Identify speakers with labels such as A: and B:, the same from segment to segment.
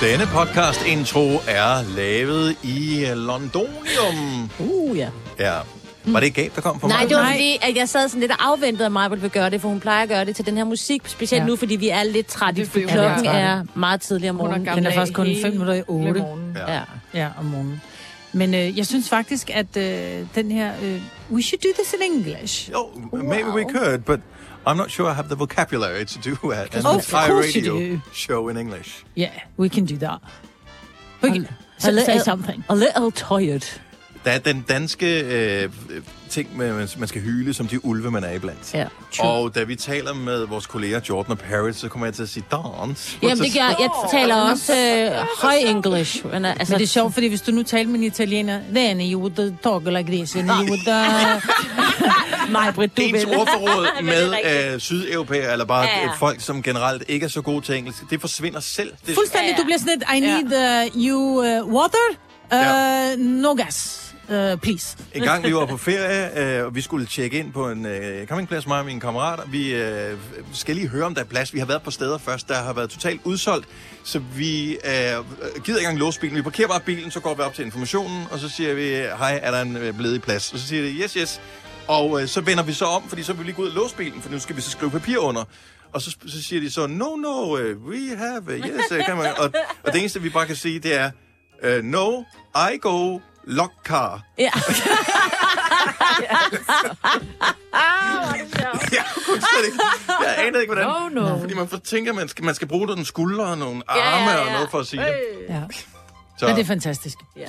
A: Denne podcast intro er lavet i Londonium.
B: Uh, ja.
A: Ja. Var det et gab, der kom på
C: Nej,
A: mig?
C: det var
B: Nej.
C: fordi, at jeg sad sådan lidt og afventede, at Michael ville gøre det, for hun plejer at gøre det til den her musik, specielt
B: Ja.
C: nu, fordi vi er lidt trætte,
D: Det er
C: for
D: fordi, hun er
C: klokken
B: træt.
C: er meget tidlig om morgenen.
B: Den er faktisk kun fem minutter i otte.
A: Ja.
C: Ja.
B: Ja, om morgenen. Men øh, jeg synes faktisk, at øh, den her... Øh, we should do this in English.
A: Oh, maybe we could, but I'm not sure I have the vocabulary to do a- an
B: Of
A: entire
B: course you
A: radio
B: do.
A: show in English.
B: Yeah, we can do that. We can
C: A
B: so, say
C: little-
B: something.
C: A little tired.
A: Der er den danske øh, øh, ting, med, man- man skal hyle, som de ulve, man er iblandt.
C: Ja.
A: Og da vi taler med vores kolleger Jordan og Paris, så kommer jeg til at sige, dance.
C: Jamen, det gør, jeg taler også øh, høj english. Men, øh, altså,
B: Men det er sjovt, fordi hvis du nu taler med en italiener, then you would talk like this, and you would... Uh,
C: mig, Britt, du
A: Ens
C: vil.
A: ordforråd
C: Men det er
A: med øh, sydeuropæere, eller bare
C: Ja,
A: ja.
C: ja.
A: folk, som generelt ikke er så gode til engelsk, det forsvinder selv. Det,
B: fuldstændig,
C: Ja, ja.
B: du bliver sådan lidt, I need uh, you uh, water, uh,
A: Ja.
B: no gas, uh, please.
A: En gang vi var på ferie, øh, og vi skulle tjekke ind på en øh, campingplads, mig og mine kammerater. Vi øh, skal lige høre, om der er plads. Vi har været på steder først, der har været totalt udsolgt. Så vi øh, gider ikke engang låse bilen. Vi parkerer bare bilen, så går vi op til informationen, og så siger vi, hej, er der en øh, ledig plads? Og så siger de, yes, yes. Og øh, så vender vi så om, fordi så vil vi lige gå ud og låse bilen, for nu skal vi så skrive papir under. Og så, så siger de så, no, no, øh, we have, øh, yes, øh, kan man. Og, og det eneste, vi bare kan sige, det er, øh, no, I go lock car.
C: Ja.
A: Jeg kunne slet ikke. Jeg anede ikke, hvordan.
D: Oh, no.
A: Fordi man får- tænker, man skal, man skal bruge den skulder og nogle arme ja, ja, ja. og noget for at sige det.
B: Ja.
A: Så,
B: Men det er fantastisk.
C: Ja.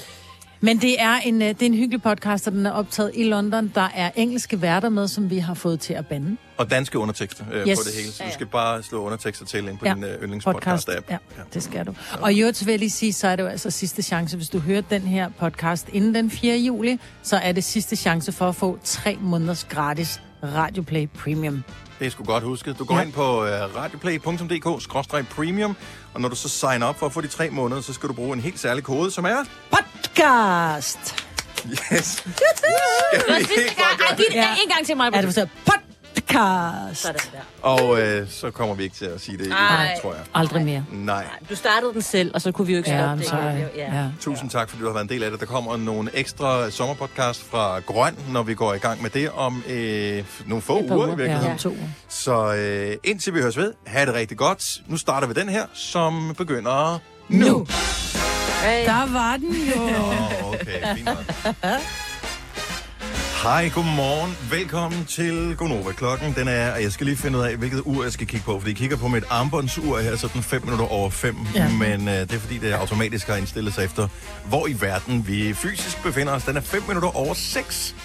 B: Men det er, en, øh, det er en hyggelig podcast, og den er optaget i London. Der er engelske værter med, som vi har fået til at bande.
A: og danske undertekster øh, yes.
B: Yes.
A: på det hele. Så du skal bare slå undertekster til ind på ja.
B: Ja.
A: din øh, yndlingspodcast-app.
B: Ja, det skal du. Og i øvrigt så vil jeg lige sige, så er det jo altså sidste chance. Hvis du hører den her podcast inden den 4. juli, så er det sidste chance for at få tre måneders gratis Radioplay Premium.
A: Det er sgu godt husket. Du går ja.
B: Ja.
A: ind på øh, radioplay.dk-premium, og når du så signer op for at få de tre måneder, så skal du bruge en helt særlig kode, som er...
B: Podcast!
A: Yes! skal vi ikke bare gøre det?
C: Giv det
B: Ja.
C: en gang til mig,
B: Er
C: Britt.
B: det for så? Podcast!
C: Sådan der.
A: Og øh, så kommer vi ikke til at sige det igen,
C: Ej.
A: tror jeg.
B: Aldrig mere.
A: Nej.
C: Du startede den selv, og så kunne vi jo ikke
B: Ja,
C: stoppe
B: I'm
C: det.
B: sorry. Ja.
A: Tusind tak, fordi du har været en del af det. Der kommer nogle ekstra sommerpodcast fra Grøn, når vi går i gang med det om øh, nogle få
B: Et par
A: uger i virkeligheden.
B: Ja, om to uger.
A: Så øh, indtil vi høres ved, have det rigtig godt. Nu starter vi den her, som begynder nu.
B: Nu. Der var den jo.
A: Åh, okay, fint nok. Hej, godmorgen. Velkommen til Gonova. Klokken den er, og jeg skal lige finde ud af, hvilket ur jeg skal kigge på, fordi jeg kigger på mit armbåndsur her, så den 5 minutter over 5, ja.
B: Ja.
A: men øh, det er fordi, det automatisk har indstillet sig efter, hvor i verden vi fysisk befinder os. Den er 5 minutter over 6.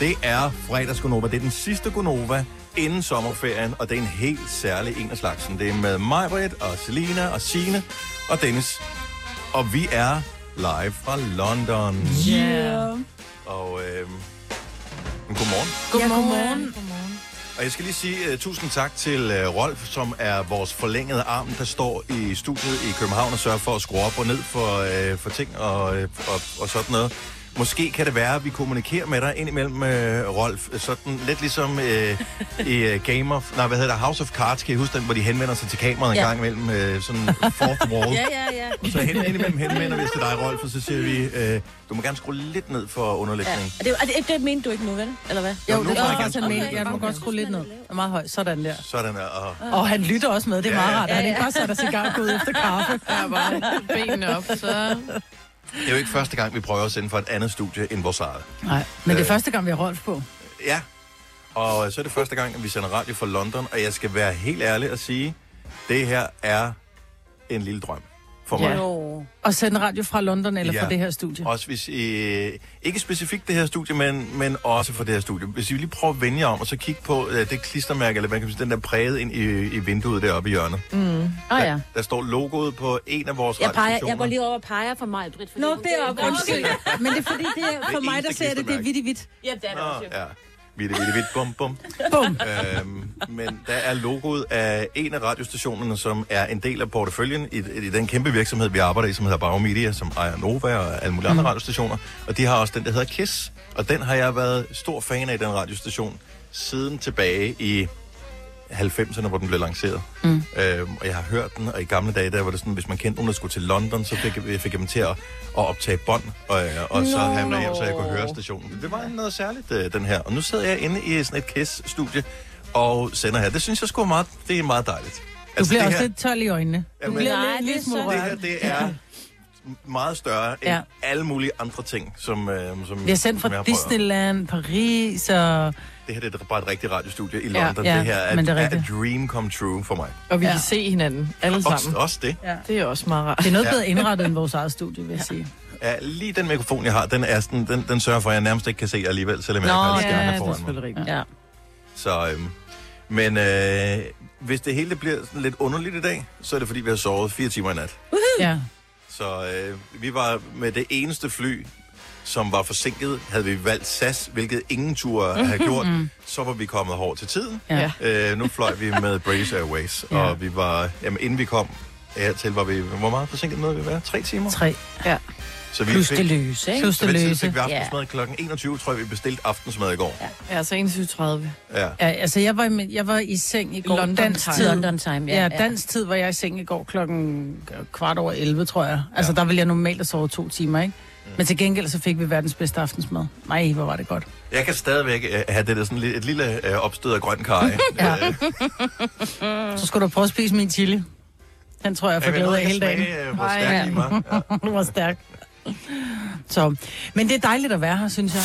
A: Det er fredags Gonova. Det er den sidste Gonova inden sommerferien, og det er en helt særlig en af slagsen. Det er med mig, og Selina og Sine og Dennis og vi er live fra London.
B: Yeah.
A: Og øh, godmorgen.
B: Godmorgen.
A: Og jeg skal lige sige uh, tusind tak til uh, Rolf, som er vores forlængede arm, der står i studiet i København og sørger for at skrue op og ned for, uh, for ting og, øh, og, og sådan noget. Måske kan det være, at vi kommunikerer med dig indimellem, øh, Rolf, sådan lidt ligesom øh, i øh, Game of... Nej, hvad hedder det? House of Cards, kan I huske den, hvor de henvender sig til kameraet ja. en
C: Ja.
A: gang imellem, øh, sådan fourth wall. ja,
C: ja, ja.
A: Og så hen, indimellem henvender vi os til dig, Rolf, og så siger vi, øh, du må gerne skrue lidt ned for underlægningen.
C: Og det, og det, det mente du ikke nu, vel? Eller hvad?
B: Jo,
A: Nå, nu
B: det
A: må jeg
B: er
A: gerne
B: faktisk en
A: skrue
B: mail.
A: lidt
B: Jeg må godt skrue lidt ned. Jeg er meget høj. Sådan der.
A: Sådan, er- og
B: Uh. Og han lytter også med. Det er meget rart. Han ikke bare sat sig i gang ud efter kaffe.
D: Der var benene op, så...
A: det er jo ikke første gang, vi prøver at sende fra et andet studie end vores eget.
B: Nej, men det er første gang, vi har Rolf på.
A: Ja, og så er det første gang, at vi sender radio fra London, og jeg skal være helt ærlig og sige, det her er en lille drøm for mig.
B: Ja.
C: Jo.
B: Og sende radio fra London eller
A: Ja.
B: fra det her studie.
A: Også hvis, øh, ikke specifikt det her studie, men, men også for det her studie. Hvis vi lige prøver at vende jer om, og så kigge på øh, det klistermærke, eller man kan man sige, den der præget ind i, i vinduet deroppe i hjørnet. Mm.
C: Åh
A: Der, der står logoet på en af vores
C: Jeg, peger, jeg
A: radiostationer.
C: går lige over og peger for mig, Britt. fordi
B: Nå,
C: hun-
B: det er
C: Nå, okay.
B: undskyld. Men det er fordi, det er for
A: Det
B: mig, der
A: eneste
B: ser det, det er
A: klistermærke.
B: vidt i vidt.
C: Jamen, det er det også, jo.
A: Nå, ja. Vitte, vitte, vidt, bum, bum.
B: Bum.
A: øhm, men der er logoet af en af radiostationerne, som er en del af porteføljen i, i den kæmpe virksomhed, vi arbejder i, som hedder Bauer Media, som ejer Nova og alle mulige andre radiostationer. Og de har også den, der hedder KISS. Og den har jeg været stor fan af, den radiostation, siden tilbage i... Ja, 90'erne, hvor den blev lanceret.
B: Mm.
A: Øhm, og jeg har hørt den, og i gamle dage, der var det sådan, hvis man kendte nogen, der skulle til London, så fik, jeg- fik jeg dem til at, at optage bånd, og, øh, og så
C: Nå.
A: have med hjem, så jeg kunne høre stationen. Det var noget særligt, øh, den her. Og nu sidder jeg inde i sådan et KISS-studie og sender her. Det synes jeg sgu er meget, det er meget dejligt.
B: Du bliver
A: altså, det
B: også
A: her,
B: lidt tolv i øjnene. Du
A: Jamen-
B: bliver
C: Nej,
B: lidt,
C: det
B: lidt
C: er
B: små
C: så-
A: det
B: rørt.
A: her, det er meget større end
B: Ja.
A: alle mulige andre ting, som, øh, som
B: Vi er sendt
A: som jeg
B: fra
A: har prøvet.
B: Disneyland, Paris og...
A: Det her det er bare et rigtigt radiostudie i
D: Ja,
A: London.
B: ja,
A: det her er,
B: men det er
A: er
B: rigtigt.
A: a dream come true for mig.
D: Og vi
B: Ja.
D: kan se hinanden alle
A: Også,
D: sammen.
A: også det.
D: Det er også meget rart.
B: Det er noget
A: Ja.
B: bedre indrettet end vores eget studie, vil jeg sige.
A: Ja, lige den mikrofon, jeg har, den, er sådan, den, den sørger for, at jeg nærmest ikke kan se alligevel, selvom jeg
B: Nå,
A: ikke har en
D: ja,
A: stjerne
D: det er
A: foran mig.
D: selvfølgelig rigtigt.
B: Ja.
A: Så, øhm, men øh, hvis det hele bliver sådan lidt underligt i dag, så er det fordi, vi har sovet fire timer i nat.
B: ja.
A: Så øh, vi var med det eneste fly, som var forsinket, havde vi valgt SAS, hvilket ingen turde have gjort, så var vi kommet hårdt til tiden.
B: Ja.
D: Ja.
A: Øh, nu fløj vi med Braze Airways,
B: Ja.
A: ja. og vi var, jamen, inden vi kom hertil, var vi, hvor meget forsinket nåede vi være? Tre timer?
B: Tre.
D: Ja.
A: Så vi
C: Plus
A: fik,
C: det løse, ikke?
B: Plus
A: så
B: det
A: ved tiden
B: løse.
A: fik vi aftensmad yeah. klokken 21, tror jeg, vi bestilte aftensmad i går.
D: Ja, så 21.30.
A: Ja.
B: Ja, altså, jeg var, i- jeg var i seng i går.
D: London
B: dansk
D: time.
B: tid.
C: London time, ja.
B: Ja, dansk tid var jeg i seng i går klokken kvart over 11, tror jeg. Altså, der ville jeg normalt have sovet to timer, ikke?
A: Mm.
B: Men til gengæld så fik vi verdens bedste aftensmad. Nej, hvor var det godt.
A: Jeg kan stadigvæk øh, have det der sådan lidt, et lille øh, opstød af grøn karry.
B: Ja.
A: Øh,
B: Så skulle du prøve at spise min chili. Den tror jeg, jeg får
A: jeg ved,
B: glæde af
A: jeg kan
B: hele dagen.
A: smage, øh, hvor
D: Ej,
A: stærk
B: ja.
A: i mig. Ja.
B: Nu var stærk. Så. Men det er dejligt at være her, synes jeg.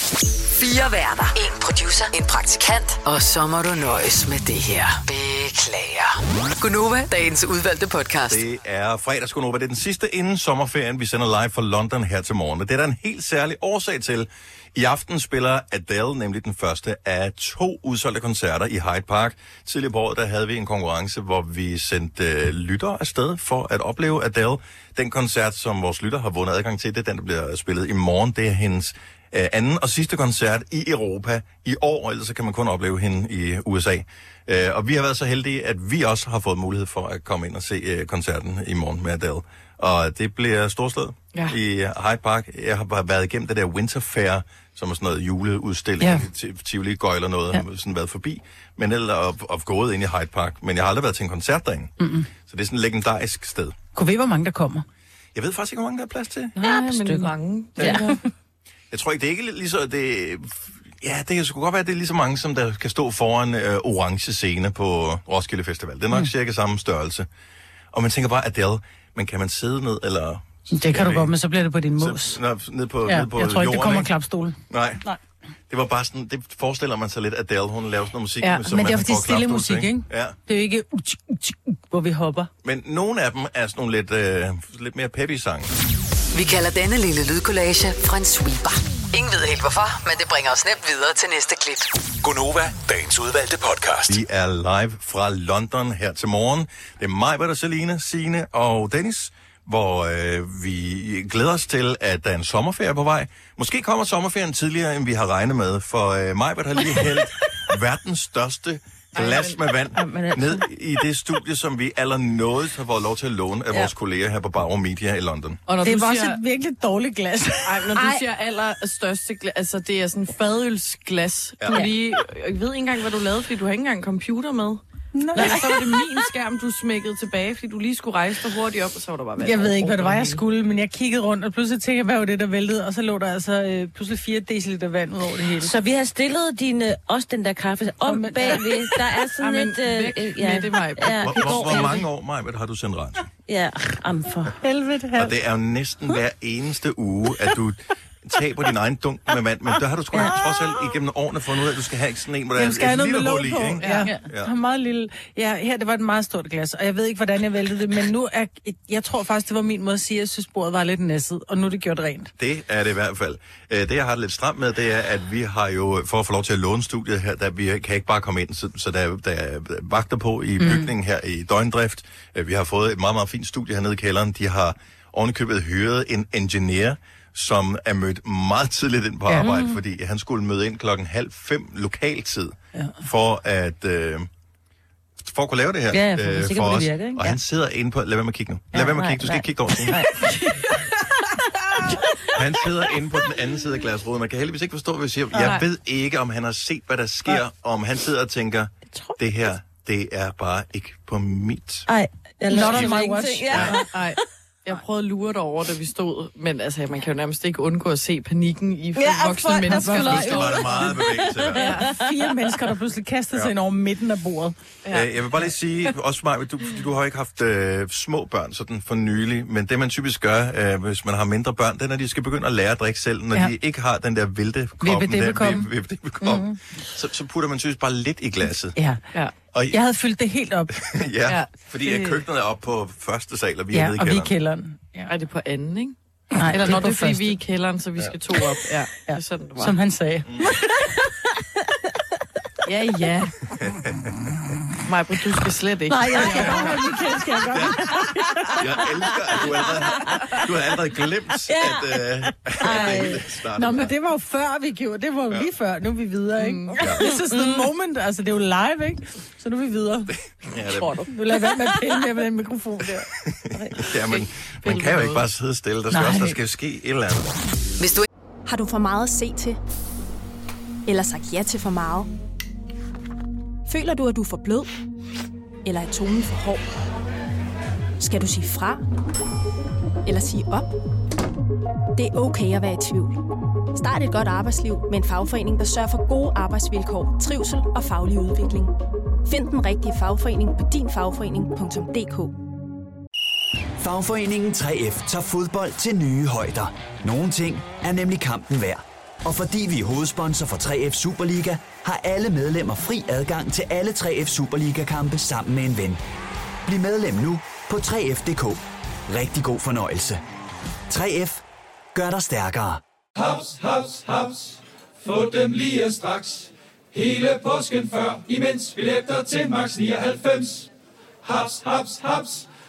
E: Fire værter. En producer. En praktikant. Og så må du nøjes med det her. Beklager. Gunova, dagens udvalgte podcast.
A: Det er fredagskonova. Det er den sidste inden sommerferien. Vi sender live fra London her til morgen. Og det er der en helt særlig årsag til. I aften spiller Adele nemlig den første af to udsolgte koncerter i Hyde Park. Tidligere på året der havde vi en konkurrence, hvor vi sendte øh, lytter afsted for at opleve Adele. Den koncert, som vores lytter har vundet adgang til, det er den, der bliver spillet i morgen. Det er hendes øh, anden og sidste koncert i Europa i år, ellers så kan man kun opleve hende i USA. Øh, Og vi har været så heldige, at vi også har fået mulighed for at komme ind og se øh, koncerten i morgen med Adele. Og det bliver storslået
D: Ja.
A: ja. i øh, Hyde Park. Jeg har bare været igennem det der Winter Fair, som er sådan noget juleudstilling,
B: Ja.
A: ja. Tivoli Gøj eller noget, ja. har sådan været forbi, men eller og, og gået ind i Hyde Park. Men jeg har aldrig været til en koncert derinde. Mm-hmm. Så det er sådan et legendarisk sted.
B: Kunne vi, hvor mange der kommer?
A: Jeg ved faktisk ikke, hvor mange der er plads til.
D: Nej, men mange. Ja.
A: Jeg tror ikke, det er ikke lige så... Det, ja, det kan sgu godt være, at det er lige så mange, som der kan stå foran øh, orange scene på Roskilde Festival. Det er nok mm. cirka samme størrelse. Og man tænker bare, Adele, men kan man sidde ned, eller...
B: Det kan du godt, men så bliver det på din mos.
A: Så, nå, ned på,
B: Ja,
A: ned på
B: jeg tror ikke, det
A: jorden,
B: kommer klapstole.
A: Nej.
B: Nej.
A: Nej. Det var bare sådan, det forestiller man sig lidt, at Adele, hun laver sådan noget musik.
D: Ja,
A: som
B: Men
A: man
B: det er
A: får
B: fordi stille
A: klapstol
B: musik,
A: til,
B: ikke?
A: Ja.
B: Det er ikke, uh, tsk, uh, tsk, uh, hvor vi hopper.
A: Men nogle af dem er sådan nogle lidt, øh, lidt mere peppy sange.
E: Vi kalder denne lille lydkollage en sweeper. Ingen ved helt hvorfor, men det bringer os nemt videre til næste klip.
F: Gunova, dagens udvalgte podcast.
A: Vi er live fra London her til morgen. Det er mig, Britta, Selina, Signe og Dennis, hvor øh, vi glæder os til, at der er en sommerferie på vej. Måske kommer sommerferien tidligere, end vi har regnet med, for øh, mig, har lige hældt verdens største glas med vand ned i det studie, som vi allernådigst har fået lov til at låne af vores kolleger her på Bauer Media i London.
D: Og når
B: Det
D: du
B: var også
D: siger,
B: et virkelig dårligt glas.
D: ej, når du siger allerstørste glas, altså det er sådan fadølsglas. Ja. Du
A: Ja.
D: lige, jeg ved ikke engang, hvad du lavede, fordi du har ikke engang computer med. Nej. Så var det min skærm, du smækkede tilbage, fordi du lige skulle rejse dig hurtigt op, og så var der bare vand.
B: Jeg ved ikke, hvad det var, jeg skulle, men jeg kiggede rundt, og pludselig tænkte jeg, hvad var det, der væltede? Og så lå der altså øh, pludselig 4 deciliter vand ud over det hele.
C: Så vi har stillet din, øh, også den der kaffe om
B: men-
C: bagved. Der er sådan
D: Jamen,
C: et... øh,
D: væk
C: øh,
D: med det, Maj-Brit.
C: ja,
A: Hvor,
C: det
A: hvor,
C: går
A: hvor
C: ikke.
A: mange år, Majbert, har du sendt radio?
C: Ja, am for.
B: Helvede,
A: Og det er jo næsten hver eneste uge, at du taber din egen dunk med vand, men der har du sgu ja. trods alt igennem årene fundet ud af, at du skal have sådan en, hvor der
B: Jamen, skal jeg
A: er
B: have
A: et
B: noget med
A: lille
B: låg
A: hul i,
B: på?
A: ikke?
B: Ja.
A: Ja.
B: ja. ja. Meget lille. Ja, her det var et meget stort glas, og jeg ved ikke, hvordan jeg væltede det, men nu er... Jeg tror faktisk, det var min måde at sige, at jeg synes, bordet var lidt næsset, og nu er det gjort rent.
A: Det er det i hvert fald. Øh, Det, jeg har det lidt stramt med, det er, at vi har jo, for at få lov til at låne studiet her, der vi kan ikke bare komme ind, så, så der, der er vagter på i bygningen her i døgndrift. Øh, Vi har fået et meget, meget fint studie hernede i kælderen. De har ovenikøbet hyret en engineer, som er mødt meget tidligt ind på arbejde, fordi han skulle møde ind klokken halv fem lokaltid, ja. for at... Øh, for at kunne lave det her øh,
C: Ja, ja, for at være sikker på, det
A: os.
C: virker, ikke?
A: Og
C: Ja.
A: han sidder inde på... Lad være med at kigge nu. Lad
C: Ja,
A: være med at
C: nej,
A: kigge. Du skal
C: nej.
A: ikke kigge over til han sidder inde på den anden side af glasruden. Man kan heldigvis ikke forstå, hvad vi siger. Jeg ved ikke, om han har set, hvad der sker, og om han sidder og tænker, det her, det er bare ikke på mit.
G: Ej, jeg
D: Not
G: lader
D: on
G: mig
D: my
G: ingenting.
D: watch.
G: Ja.
D: Nej, jeg prøvede at lure dig over, da vi stod, men altså, man kan jo nærmest ikke undgå at se panikken i
G: Ja,
D: voksne
G: folk, der
D: mennesker.
G: fløj
A: Der var der meget bevægelse der.
G: Fire mennesker, der pludselig kastede sig ind over midten af bordet.
A: Ja. Øh, Jeg vil bare lige sige, også Maja, du, fordi du har ikke haft øh, små børn sådan for nylig, men det man typisk gør, øh, hvis man har mindre børn, det er, når de skal begynde at lære at drikke selv, når
B: Ja.
A: ja. de ikke har den der væltekoppen, der
B: Vippedippekoppen.
A: vip- vippedippekoppen, mm-hmm. så, så putter man typisk bare lidt i glasset.
B: Mhm. Ja.
D: Ja.
A: Og,
G: Jeg havde fyldt det helt op.
A: ja,
D: ja.
A: ja, fordi at køkkenet er oppe på første sal, og vi er
B: Ja,
A: nede i
B: og vi
A: kælderen.
B: i kælderen. Ja.
D: Er det på anden, ikke?
B: Nej,
D: Eller når
B: på
D: det er, fordi
B: første.
D: vi er i kælderen, så vi skal to op. Ja, det er sådan, det var.
G: Som han sagde.
D: Ja, ja. Maja, du skal slet ikke.
G: Nej, jeg skal bare være Michael, skal jeg godt.
A: Jeg elsker, at du allerede, har- du har allerede glemt, ja. at, øh, at det hele startede.
G: Nå, men det var jo før, vi gjorde. Det var jo lige før. Nu er vi videre, ikke? Mm. Det er sådan en moment. Altså, det er jo live, ikke? Så nu er vi videre.
A: ja, det,
G: Tror du? Du lader være med at pille mere med den mikrofon der.
A: Ja, men man kan jo ikke bare sidde stille. Der skal, også, der skal jo ske et eller andet.
E: Hvis du
H: Har du for meget at se til? Eller sagt ja til for meget? Føler du, at du er for blød? Eller er tonen for hård? Skal du sige fra? Eller sige op? Det er okay at være i tvivl. Start et godt arbejdsliv med en fagforening, der sørger for gode arbejdsvilkår, trivsel og faglig udvikling. Find den rigtige fagforening på dinfagforening.dk.
I: Fagforeningen 3F tager fodbold til nye højder. Nogle ting er nemlig kampen værd. Og fordi vi er hovedsponsor for 3F Superliga, har alle medlemmer fri adgang til alle 3F Superliga-kampe sammen med en ven. Bliv medlem nu på 3F.dk. Rigtig god fornøjelse. 3F gør dig stærkere.
J: Haps, haps, haps. Få dem lige straks. Hele påsken før, imens billetter til max 99. Haps, haps, haps.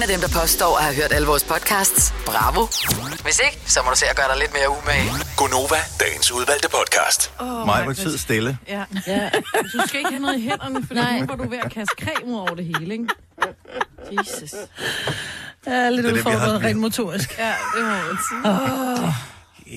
E: er en af dem, der påstår at have hørt alle vores podcasts, bravo. Hvis ikke, så må du se at gøre dig lidt mere umage.
F: Gonova, dagens udvalgte podcast.
A: Oh, Mig var tid stille.
D: Ja. ja. Du skal ikke have noget i hænderne, for nu var du ved at kaste creme over det hele, ikke? Jesus.
G: Jeg er lidt
A: Det er det, vi har-
G: udfordret rent motorisk.
D: Ja, det må jeg sige.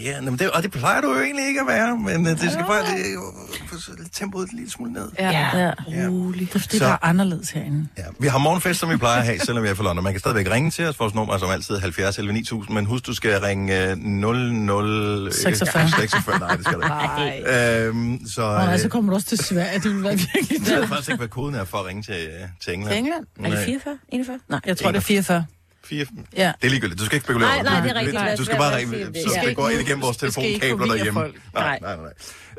A: Ja, nå, men det, og det plejer du jo egentlig ikke at være, men øh, det skal bare det, øh, få så lidt tempoet en lille smule ned.
D: Ja.
B: Ja.
A: Ja.
B: Rolig. Det er fordi,
A: Så-
B: der er anderledes herinde.
A: Ja. Vi har morgenfest, som vi plejer at have, selvom vi er fra London. Man kan stadigvæk ringe til os. Vores nummer er som altid 70 11 9000, men husk, du skal ringe øh, 00...
B: 46.
A: 46. Nej, det skal du ikke. Øhm, så øh,
G: Og så
A: jeg
G: kommer du også til Sverige. Det vil være virkelig
A: ved faktisk ikke, hvad koden er for at ringe til, øh, til England.
B: England?
A: Er det
C: 44? 41?
B: Nej, jeg tror, det er 44.
A: 4?
B: Ja.
A: Det er ligegyldigt. Du skal ikke spekulere
C: Nej,
A: over
C: nej, det er rigtigt. Lad os
A: Du skal
C: være
A: bare
C: med at
A: ringe,
C: sige det.
A: så
C: Ja.
A: det går ind igennem vores
D: Vi skal ikke
A: telefonkabler
D: forvirre
A: derhjemme.
D: folk.
A: Nej, nej, nej.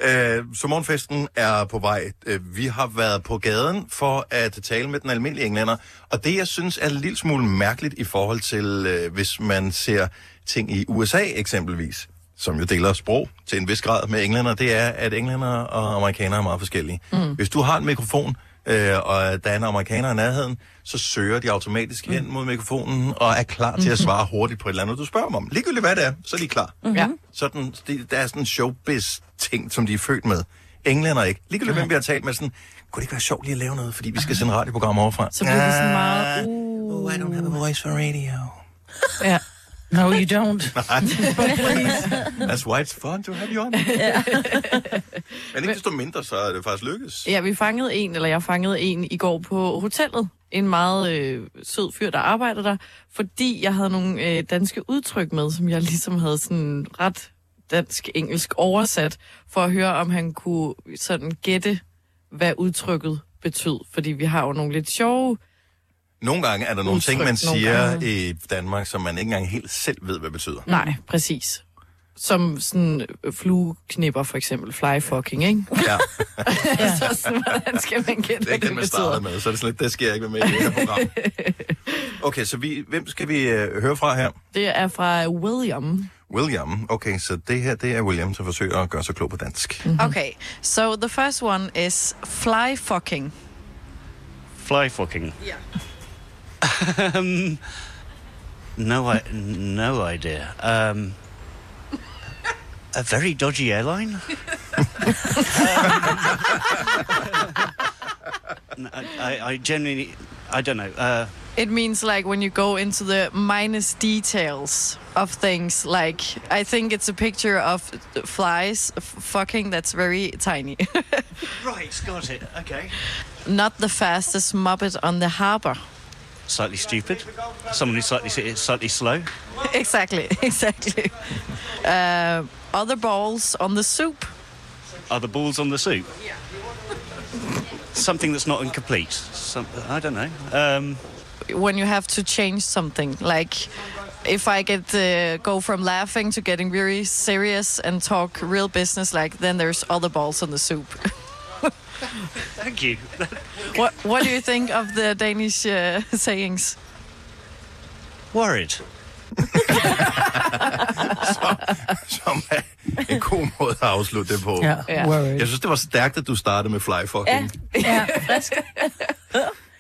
A: nej. Øh, så morgenfesten er på vej. Øh, vi har været på gaden for at tale med den almindelige englænder, og det, jeg synes, er en lille smule mærkeligt i forhold til, øh, hvis man ser ting i USA eksempelvis, som jo deler sprog til en vis grad med englænder, det er, at englænder og amerikanere er meget forskellige. Mm. Hvis du har en mikrofon, øh, og der er en amerikaner i nærheden, så søger de
D: Mm.
A: automatisk hen mod mikrofonen og er klar
D: Mm-hmm.
A: til at svare hurtigt på et eller andet, du spørger dem om. Ligegyldigt hvad det er, så er de klar.
D: Ja.
A: Sådan, det, der er sådan en showbiz-ting, som de er født med. Englænder ikke. Ligegyldigt hvem vi har talt med, sådan, kunne det ikke være sjovt lige at lave noget, fordi vi skal sende radioprogram overfra?
D: Så bliver det sådan meget... Uh,
A: Oh, I don't have a voice for radio.
D: ja.
G: No, you don't.
A: That's why it's fun to have you on. Men ikke desto mindre, så er det faktisk lykkedes.
D: ja, vi fangede en, eller jeg fangede en i går på hotellet. En meget øh, sød fyr, der arbejder der. Fordi jeg havde nogle øh, danske udtryk med, som jeg ligesom havde sådan ret dansk-engelsk oversat, for at høre, om han kunne sådan gætte, hvad udtrykket betød. Fordi vi har jo nogle lidt sjove
A: Nogle gange er der nogle ting, man
D: Udtryk nogle
A: siger
D: gange.
A: i Danmark, som man ikke engang helt selv ved, hvad betyder.
D: Nej, præcis. Som sådan øh, flueknipper for eksempel, fly fucking, ikke?
A: Ja,
D: Ja. så sådan, hvordan skal man gætte,
A: det er
D: hvad
A: ikke den,
D: det
A: man startede
D: betyder?
A: med, så er det slet, det sker ikke med i det her program. Okay, så vi, hvem skal vi øh, høre fra her?
D: Det er fra William.
A: William. Okay, så det her, det er William, som forsøger at gøre sig klog på dansk.
D: Okay, so the first one is fly fucking.
K: Fly fucking. Yeah. um, No, I, no idea. Um, a very dodgy airline. Um, I, I, I genuinely, I don't know. Uh,
D: It means like when you go into the minus details of things. Like I think it's a picture of flies f- fucking that's very tiny.
K: right, got it. Okay.
D: Not the fastest muppet on the harbor.
K: slightly stupid. Someone who's slightly slightly slow.
D: exactly, exactly. Uh, other balls on the soup.
K: Are the balls on the soup? Something that's not incomplete. Some, I don't know. Um,
D: when you have to change something. Like if I get uh, go from laughing to getting very serious and talk real business, like then there's other balls on the soup.
K: Thank you.
D: what What do you think of the Danish uh, sayings?
K: Worried.
A: Som er en god måde at afslutte det på.
D: Ja, Ja. worried.
A: Jeg synes, det var stærkt, at du startede med fly fucking.
D: ja, frisk.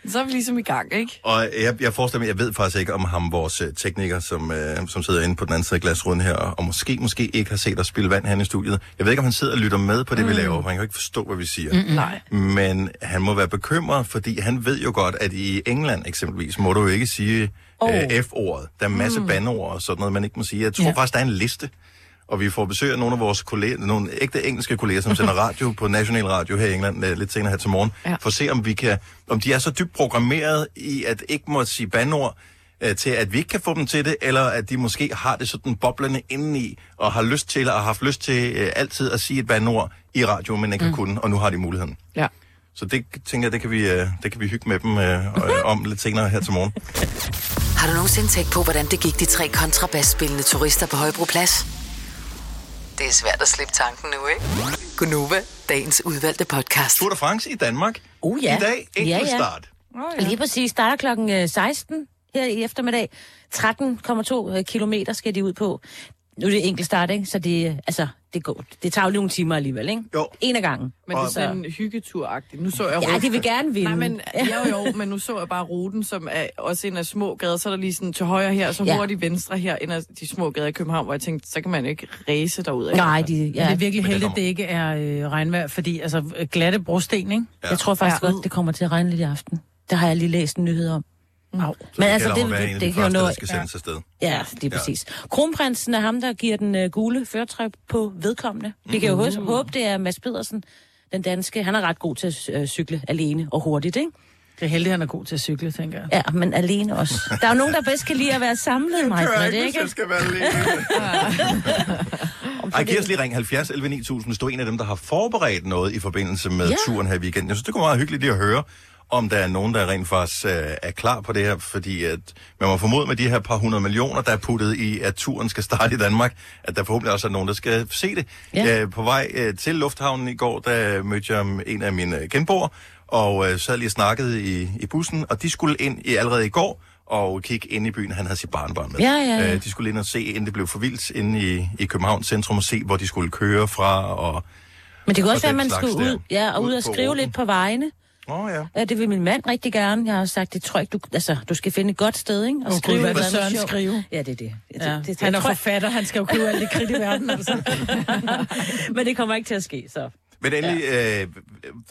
D: Så er vi ligesom i gang, ikke?
A: Og jeg, jeg forestiller mig, jeg ved faktisk ikke om ham, vores øh, tekniker, som, øh, som sidder inde på den anden side af glasruden her, og, og måske, måske ikke har set os spille vand herinde i studiet. Jeg ved ikke, om han sidder og lytter med på det, mm. vi
L: Mm.
A: laver, for han kan jo ikke forstå, hvad vi siger.
L: Mm, nej.
A: Men han må være bekymret, fordi han ved jo godt, at i England eksempelvis, må du jo ikke sige
L: Oh.
A: oh. øh, F-ordet. Der er en masse mm. bandeord og sådan noget, man ikke må sige. Jeg tror
L: Ja.
A: faktisk, der er en liste. Og vi får besøg af nogle af vores kolleger, nogle ægte engelske kolleger, som sender radio på national radio her i England øh, lidt senere her til morgen, ja. for at se, om, vi kan, om de er så dybt programmeret i, at ikke må sige bandord, øh, til at vi ikke kan få dem til det, eller at de måske har det sådan boblende indeni, og har lyst til, og har haft lyst til øh, altid at sige et bandord i radio, men ikke mm. har kunnet, og nu har de muligheden.
D: Ja.
A: Så det tænker jeg, det kan vi, øh, det kan vi hygge med dem øh, og- om lidt senere her til morgen.
E: Har du nogensinde tænkt på, hvordan det gik de tre kontrabasspillende turister på Højbroplads? Det er svært at slippe tanken nu, ikke? Gunova, dagens udvalgte podcast.
A: Tour de France i Danmark.
E: Oh
A: I dag, enkeltstart.
C: Uh, Ja, ja. Lige præcis. Starter klokken øh, 16 her i eftermiddag. 13,2 øh, kilometer skal de ud på. Nu er det enkelt start, ikke? Så det, øh, altså, det, går, det tager jo lige nogle timer alligevel, ikke?
A: Jo.
C: En af gangen.
D: Men det er sådan en hyggetur-agtig. Nu så jeg
C: Ja,
D: ruten.
C: de vil gerne vinde.
D: Nej, men, jo, jo, men nu så jeg bare ruten, som er også en af små gader. Så er der lige sådan til højre her, og så
C: Ja.
D: hurtigt venstre her, en af de små gader i København, hvor jeg tænkte, så kan man jo ikke ræse derud.
B: Nej, de, ja. Men det er virkelig
D: Men der
B: heldigt, at det ikke er øh, regnvejr, fordi altså, øh, glatte brosten, ikke?
A: Ja.
B: Jeg tror
C: faktisk godt, det kommer til at regne lidt i aften. Der har jeg lige læst en nyhed om. altså,
B: Au.
A: Så det gælder om at være en af de første, der skal
C: ja.
A: sendes afsted.
C: ja, det er
A: Ja.
C: præcis. Kronprinsen er ham, der giver den uh, gule førtrøje på vedkommende. Vi kan jo
B: Mhm.
C: mm. håbe, det er Mads Pedersen, den danske. Han er ret god til at øh, cykle alene og hurtigt, ikke?
B: Det er heldigt, han er god til at cykle, tænker jeg.
C: Ja, men alene også. Der er jo nogen, der bedst kan lide at være samlet, Mike, er det ikke?
A: skal være Ej, giv os lige ring 70 11 9000, hvis du er en af dem, der har forberedt noget i forbindelse med
C: Ja.
A: ja. turen her i weekenden. Jeg synes, det kunne være meget hyggeligt lige at høre, om der er nogen, der rent faktisk øh, er klar på det her, fordi at man må formode med de her par hundrede millioner, der er puttet i, at turen skal starte i Danmark, at der forhåbentlig også er nogen, der skal se det.
L: Ja.
A: Ja. Øh, på vej øh, til lufthavnen i går, der mødte jeg en af mine øh, genboer, og øh, sad lige og snakkede i, i bussen, og de skulle ind i, allerede i går og kigge ind i byen. Han havde sit barnbarn med.
L: Ja, ja, ja.
A: Øh, de skulle ind og se, inden det blev for vildt, inde i, i Københavns centrum, og se, hvor de skulle køre fra. Og,
C: Men det kunne
A: og
C: også være, at
A: den
C: man
A: slags
C: skulle
A: der.
C: ud, ja, og ud og
A: på
C: skrive
A: ruten.
C: lidt på vejene.
A: Åh, oh, ja.
C: Ja, det vil min mand rigtig gerne. Jeg har jo sagt, det tror jeg ikke, du... Altså, du skal finde et godt sted, ikke? Og
B: Åh, Gud, hvad vil
C: et eller andet
B: Søren
C: sjovt.
B: skrive?
C: Ja, det er det. Ja,
B: Ja. Han er forfatter, han skal jo købe alt det kridt i verden. Altså.
C: Men det kommer ikke til at ske, så.
A: Men endelig, ja. øh,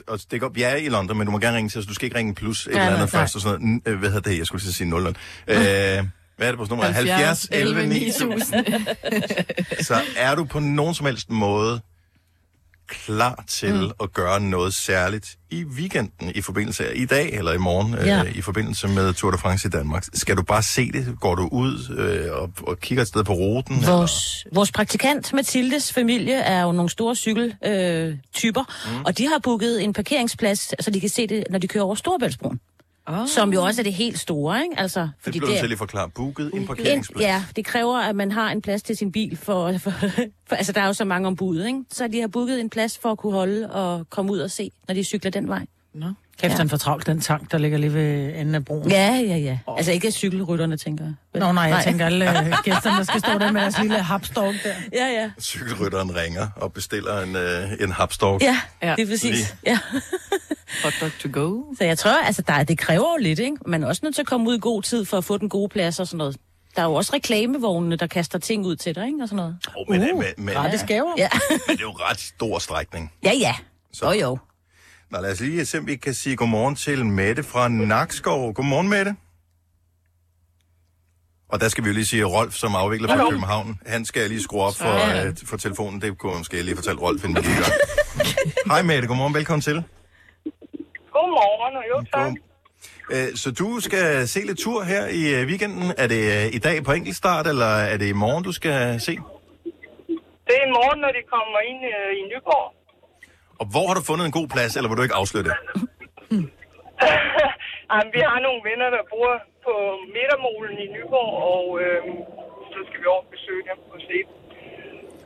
A: og det går, vi er i London, men du må gerne ringe til os. Du skal ikke ringe plus et
C: Ja,
A: ja, eller andet
C: nej.
A: først. Og sådan noget. N- øh, Hvad hedder det? Jeg skulle til at sige 0. Øh, hvad er det på nummer? 70 11 9000. Så er du på nogen som helst måde klar til mm. at gøre noget særligt i weekenden i forbindelse af i dag eller i morgen
L: Ja.
A: ja. øh, i forbindelse med Tour de France i Danmark. Skal du bare se det? Går du ud øh, og, og kigger et sted på ruten?
C: Vores, vores praktikant Mathildes familie er jo nogle store cykeltyper, øh, typer,
A: Mm.
C: og de har booket en parkeringsplads, så de kan se det, når de kører over Storebæltsbroen. Oh. Som jo også er det helt store, ikke? Altså,
A: Ah. Det blev du selv lige forklaret. Booket en
C: ind,
A: parkeringsplads.
C: ja, det kræver, at man har en plads til sin bil, for, for, for altså, der er jo så mange ombud, ikke? Så de har booket en plads for at kunne holde og komme ud og se, når de cykler den vej.
D: Nå.
B: Kæft,
C: Ja.
B: han får travlt, den tank, der ligger lige ved enden af broen.
C: Ja, ja, ja. Altså ikke cykelrytterne, tænker jeg.
B: Nå nej, jeg
C: Nej.
B: tænker alle øh, gæsterne, der skal stå der med deres lille hapstork der.
C: Ja, ja.
A: Cykelrytteren ringer og bestiller en, øh, en hapstork.
C: Ja, det er præcis. Ja.
D: Hot dog to go.
C: Så jeg tror, altså, der, det kræver jo lidt, ikke? Man er også nødt til at komme ud i god tid for at få den gode plads og sådan noget. Der er jo også reklamevognene, der kaster ting ud til dig, ikke? Og sådan noget.
A: Oh, men, uh, men, men,
C: gratis gaver.
A: Ja. men det er jo ret stor strækning.
C: Ja, ja. Så. Oh, jo.
A: Nå, lad os lige se, om vi kan sige godmorgen til Mette fra Nakskov. Godmorgen, Mette. Og der skal vi jo lige sige, at Rolf, som afvikler fra
L: Hallo.
A: København, han skal lige skrue op for,
L: Ja, ja.
A: ja. for telefonen. Det kunne jeg måske lige fortælle Rolf, inden vi lige gør. Hej Mette, godmorgen, velkommen til.
M: Godmorgen, og jo tak.
A: Øh, Så du skal se lidt tur her i øh, weekenden. Er det øh, i dag på enkeltstart, eller er det i morgen, du skal se?
M: Det er i morgen, når de kommer ind øh, i Nyborg.
A: Og hvor har du fundet en god plads, eller vil du ikke afsløre det?
M: Jamen, vi har nogle venner, der bor på Midtermolen i Nyborg, og øh, så skal vi over og besøge dem og se. dem.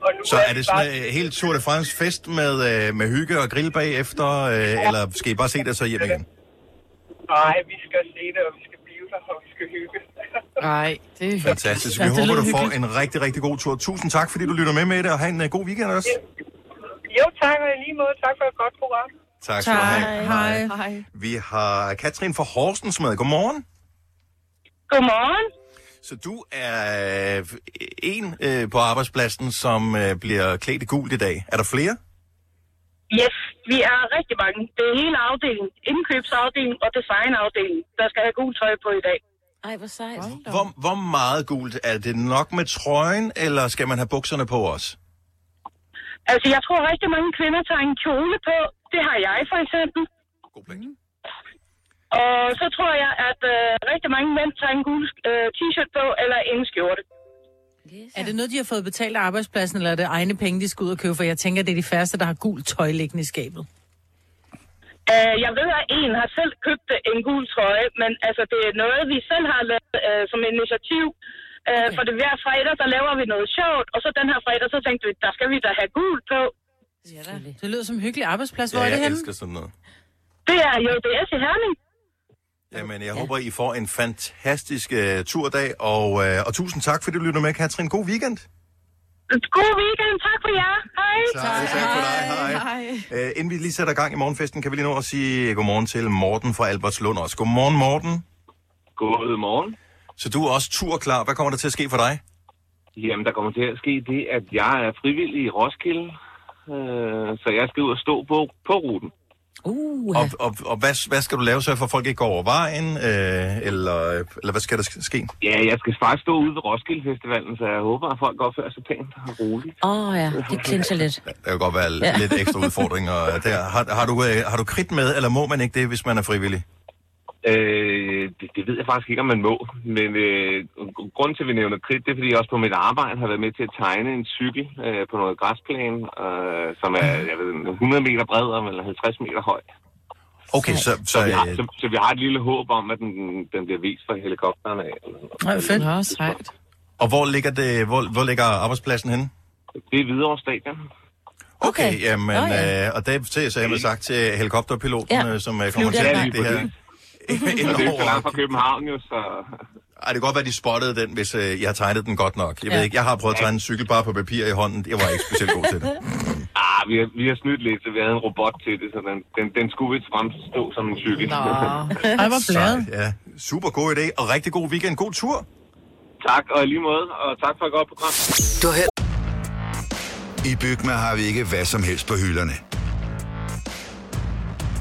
M: Og nu
A: Så er det sådan øh, en helt Tour de France fest med, øh, med hygge og grill bagefter, øh, eller skal I bare se det og så hjem igen?
M: Nej, vi skal se det, og vi skal blive der, og vi skal hygge.
D: Nej, det er
A: Fantastisk. Vi
M: Ja, det
A: håber,
M: lyder
A: du får
M: hyggeligt.
A: en rigtig, rigtig god tur. Tusind tak, fordi du lytter med med det, og have en øh, god weekend også.
M: Jo tak, og i lige måde tak for et godt program.
A: Tak skal du have.
M: Hej.
A: Vi har Katrin fra Horsens med. Godmorgen.
M: Godmorgen.
A: Så du er øh, en øh, på arbejdspladsen, som øh, bliver klædt i gult i dag. Er der flere?
N: Yes, vi er rigtig mange. Det er hele afdelingen, indkøbsafdelingen og designafdelingen, der skal have gult tøj på i dag.
C: Ej, hvor sejt.
A: Hvor, hvor meget gult? Er det nok med trøjen, eller skal man have bukserne på også?
N: Altså, jeg tror rigtig mange kvinder tager en kjole på. Det har jeg for eksempel.
A: God plan.
C: Mm.
N: Og så tror jeg, at øh, rigtig mange mænd tager en gul øh, t-shirt på eller en skjorte.
B: Er det noget, de har fået betalt af arbejdspladsen, eller er det egne penge, de skal ud og købe? For jeg tænker, det er de færreste, der har gult tøj liggende i skabet.
N: Øh, jeg ved, at en har selv købt en gul trøje, men altså, det er noget, vi selv har lavet øh, som initiativ. Øh, okay. For det hver fredag, der laver vi noget sjovt, og så den her fredag, så tænkte vi, der skal vi da have gul på.
B: Ja, da. Det lyder som en hyggelig arbejdsplads. Hvor
A: ja,
B: er det
A: jeg
B: henne?
A: elsker sådan noget.
N: Det er jo DS i Herning.
A: Jamen, jeg ja. håber, I får en fantastisk uh, turdag, og, øh, og tusind tak, fordi du lytter med, Katrin. God weekend.
N: God weekend, tak for jer. Hej.
A: Tak, tak for dig. Hej. Uh, inden vi lige sætter gang i morgenfesten, kan vi lige nå at sige godmorgen til Morten fra Albertslund også. Godmorgen, Morten.
O: Godmorgen.
A: Så du er også turklar. Hvad kommer der til at ske for dig?
O: Jamen, der kommer til at ske det, at jeg er frivillig i Roskilde, øh, så jeg skal ud og stå på, på ruten.
A: Uh, og og, og hvad, hvad skal du lave så, for folk ikke går over vejen? Øh, eller, eller hvad skal der sk- ske?
O: Ja, jeg skal faktisk stå ude ved Roskilde Festivalen, så jeg håber, at folk går før så pænt og roligt.
C: Åh oh, ja, det klinser lidt.
A: Der kan godt være
C: Ja.
A: ja. lidt ekstra udfordringer der. Har, har, du, øh, har du kridt med, eller må man ikke det, hvis man er frivillig?
O: Øh, det, det ved jeg faktisk ikke, om man må, men øh, gr- grunden til, at vi nævner kridt, det er, fordi jeg også på mit arbejde har været med til at tegne en cykel øh, på noget græsplæne, øh, som er jeg ved, ikke, 100 meter bred og vel 50 meter høj.
A: Okay, så... Så, øh,
O: så, vi har, så, så vi har et lille håb om, at den, den bliver vist fra helikopteren af. Eller noget.
B: Nej, fedt.
D: Nå, sejt.
A: Og hvor ligger, det, hvor, hvor ligger arbejdspladsen henne?
O: Det er Hvidovre Stadion.
A: Okay, okay. jamen,
O: Nå,
A: oh,
O: ja.
A: ja. øh, og det til, så jeg vil sagt til helikopterpiloten,
O: Ja.
A: ja. som øh,
O: Flyv
A: kommer til at
O: den
A: lægge det
O: vej.
A: her.
O: Og det er jo ikke så langt fra København, jo, så...
A: Ej, det kan godt være, de spottede den, hvis øh, jeg har tegnet den godt nok. Jeg ved ikke, jeg har prøvet at tegne en cykel bare på papir i hånden. Jeg var ikke specielt god til det.
O: Ah, vi har, vi har snydt lidt, så vi havde en robot til det, så den, den, den skulle vist fremstå som en cykel.
A: Ej, hvor blad. Ja, super god idé, og rigtig god weekend. God tur.
O: tak, og i lige måde, og tak for et godt program.
P: Du har hørt. I Bygma har vi ikke hvad som helst på hylderne.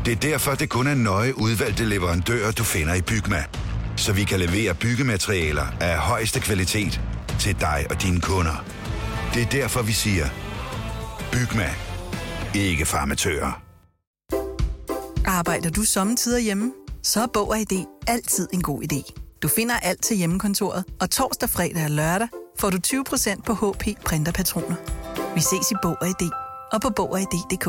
P: Det er derfor, det kun er nøje udvalgte leverandører, du finder i Bygma. Så vi kan levere byggematerialer af højeste kvalitet til dig og dine kunder. Det er derfor, vi siger, Bygma. Ikke farmatører.
Q: Arbejder du sommetider hjemme? Så er Bog og ID altid en god idé. Du finder alt til hjemmekontoret, og torsdag, fredag og lørdag får du 20% på HP printerpatroner. Vi ses i Bog og ID og på Bog og ID.dk.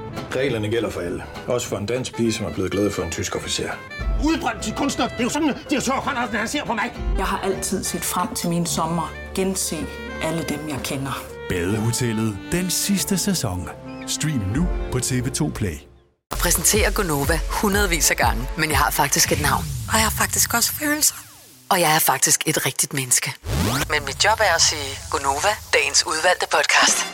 R: Reglerne gælder for alle. Også for en dansk pige, som er blevet glad for en tysk officer.
S: Udbrøndt til kunstner. Det er jo sådan, at de har tørt, han ser på mig. Jeg har altid set frem til min sommer. Gense alle dem, jeg kender.
H: Badehotellet den sidste sæson. Stream nu på TV2 Play.
E: Og præsenterer Gonova hundredvis af gange, men jeg har faktisk et navn.
L: Og jeg har faktisk også følelser.
E: Og jeg er faktisk et rigtigt menneske. Men mit job er at sige Gonova, dagens udvalgte podcast.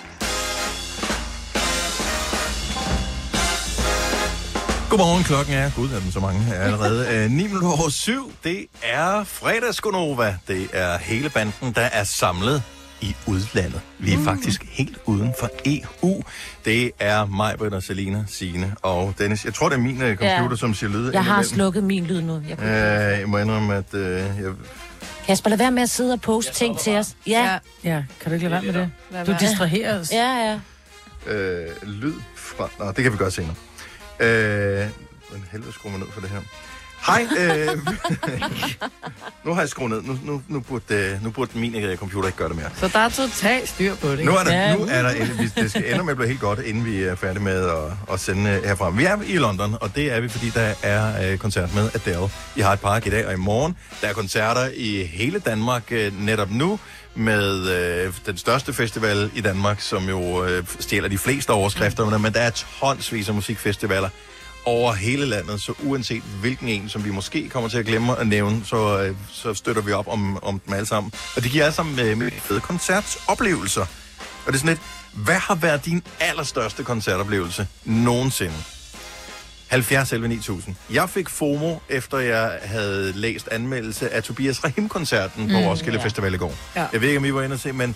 A: Godmorgen, klokken er, gud er den så mange allerede, øh, 9 minutter over syv. Det er fredagsgonova. Det er hele banden, der er samlet i udlandet. Vi
C: Mm.
A: er faktisk helt uden for EU. Det er mig, Britt og Selina, Signe og Dennis. Jeg tror, det er min øh, computer,
C: Ja.
A: som siger lyd.
C: Jeg har slukket min lyd nu. Jeg kunne...
A: Øh, jeg må indrømme, at øh, jeg,
C: Kasper, lad være med at sidde og poste ting til os. Ja.
B: Ja, kan du ikke lade være med det?
C: Lad
B: Du
C: være.
B: distraherer os.
C: Ja, ja.
A: øh, lyd fra... Nå, det kan vi gøre senere. Øh, men helvede skruer man ned for det her. Hej, øh, nu har jeg skruet ned. Nu, nu, nu, burde, øh, nu burde min øh, computer ikke gøre det mere.
D: Så der er totalt styr på det.
A: Nu er der, nu er der endelig, vi- det skal ender med at blive helt godt, inden vi er færdige med at, at sende øh, herfra. Vi er i London, og det er vi, fordi der er øh, koncert med Adele i Hyde Park i dag og i morgen. Der er koncerter i hele Danmark øh, netop nu med øh, den største festival i Danmark, som jo øh, stjæler de fleste overskrifter, men der er tonsvis af musikfestivaler over hele landet, så uanset hvilken en, som vi måske kommer til at glemme at nævne, så, øh, så støtter vi op om, om dem alle sammen. Og det giver alle sammen øh, fede koncertsoplevelser. Og det er sådan lidt, hvad har været din allerstørste koncertoplevelse nogensinde? 70 11 9000. Jeg fik FOMO, efter jeg havde læst anmeldelse af Tobias Rahim-koncerten på
T: Mm,
A: mm, Roskilde
T: ja.
A: ja. Festival i går.
T: Ja.
A: Ja. Jeg ved ikke, om I var inde og se, men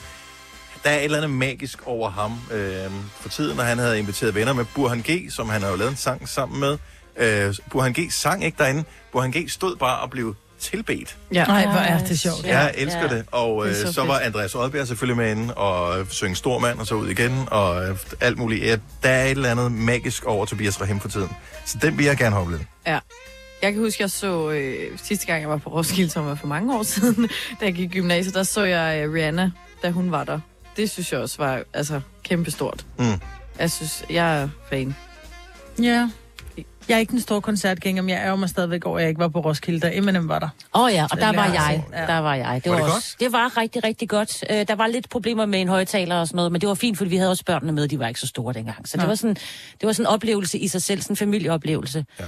A: der er et eller andet magisk over ham. Øh, for tiden, når han havde inviteret venner med Burhan G., som han har jo lavet en sang sammen med. Øh, Burhan G. sang ikke derinde. Burhan G. stod bare og blev tilbedt.
B: Ja. Nej, hvor er det sjovt.
A: Ja, jeg elsker ja. det. Og
B: Det
A: øh,
B: er
A: så,
B: så
A: så var Andreas Odbjerg selvfølgelig med inde og øh, synge Stormand og så ud igen og øh, alt muligt. Ja, der er et eller andet magisk over Tobias Rahim for tiden. Så den vil jeg gerne have oplevet.
D: Ja. Jeg kan huske, jeg så øh, sidste gang, jeg var på Roskilde, som var for mange år siden, da jeg gik i gymnasiet, der så jeg øh, Rihanna, da hun var der. Det synes jeg også var altså, kæmpestort.
A: Mm.
D: Jeg synes, jeg er fan.
B: Ja. Jeg er ikke den store koncertgænger, men jeg ærger mig stadigvæk over, at jeg ikke var på Roskilde, da Eminem var der.
C: Åh oh, ja, og
B: Så
C: der
B: det altså.
C: var
B: bliver-
C: jeg. Der var jeg.
B: Var det
C: også, det var rigtig, rigtig godt. Øh, der var lidt problemer med en højtaler og sådan noget, men det var fint, fordi vi havde også børnene med, de var ikke så store dengang. Så
B: Nå.
C: det var, sådan, det var sådan en oplevelse i sig selv, sådan en familieoplevelse. Ja.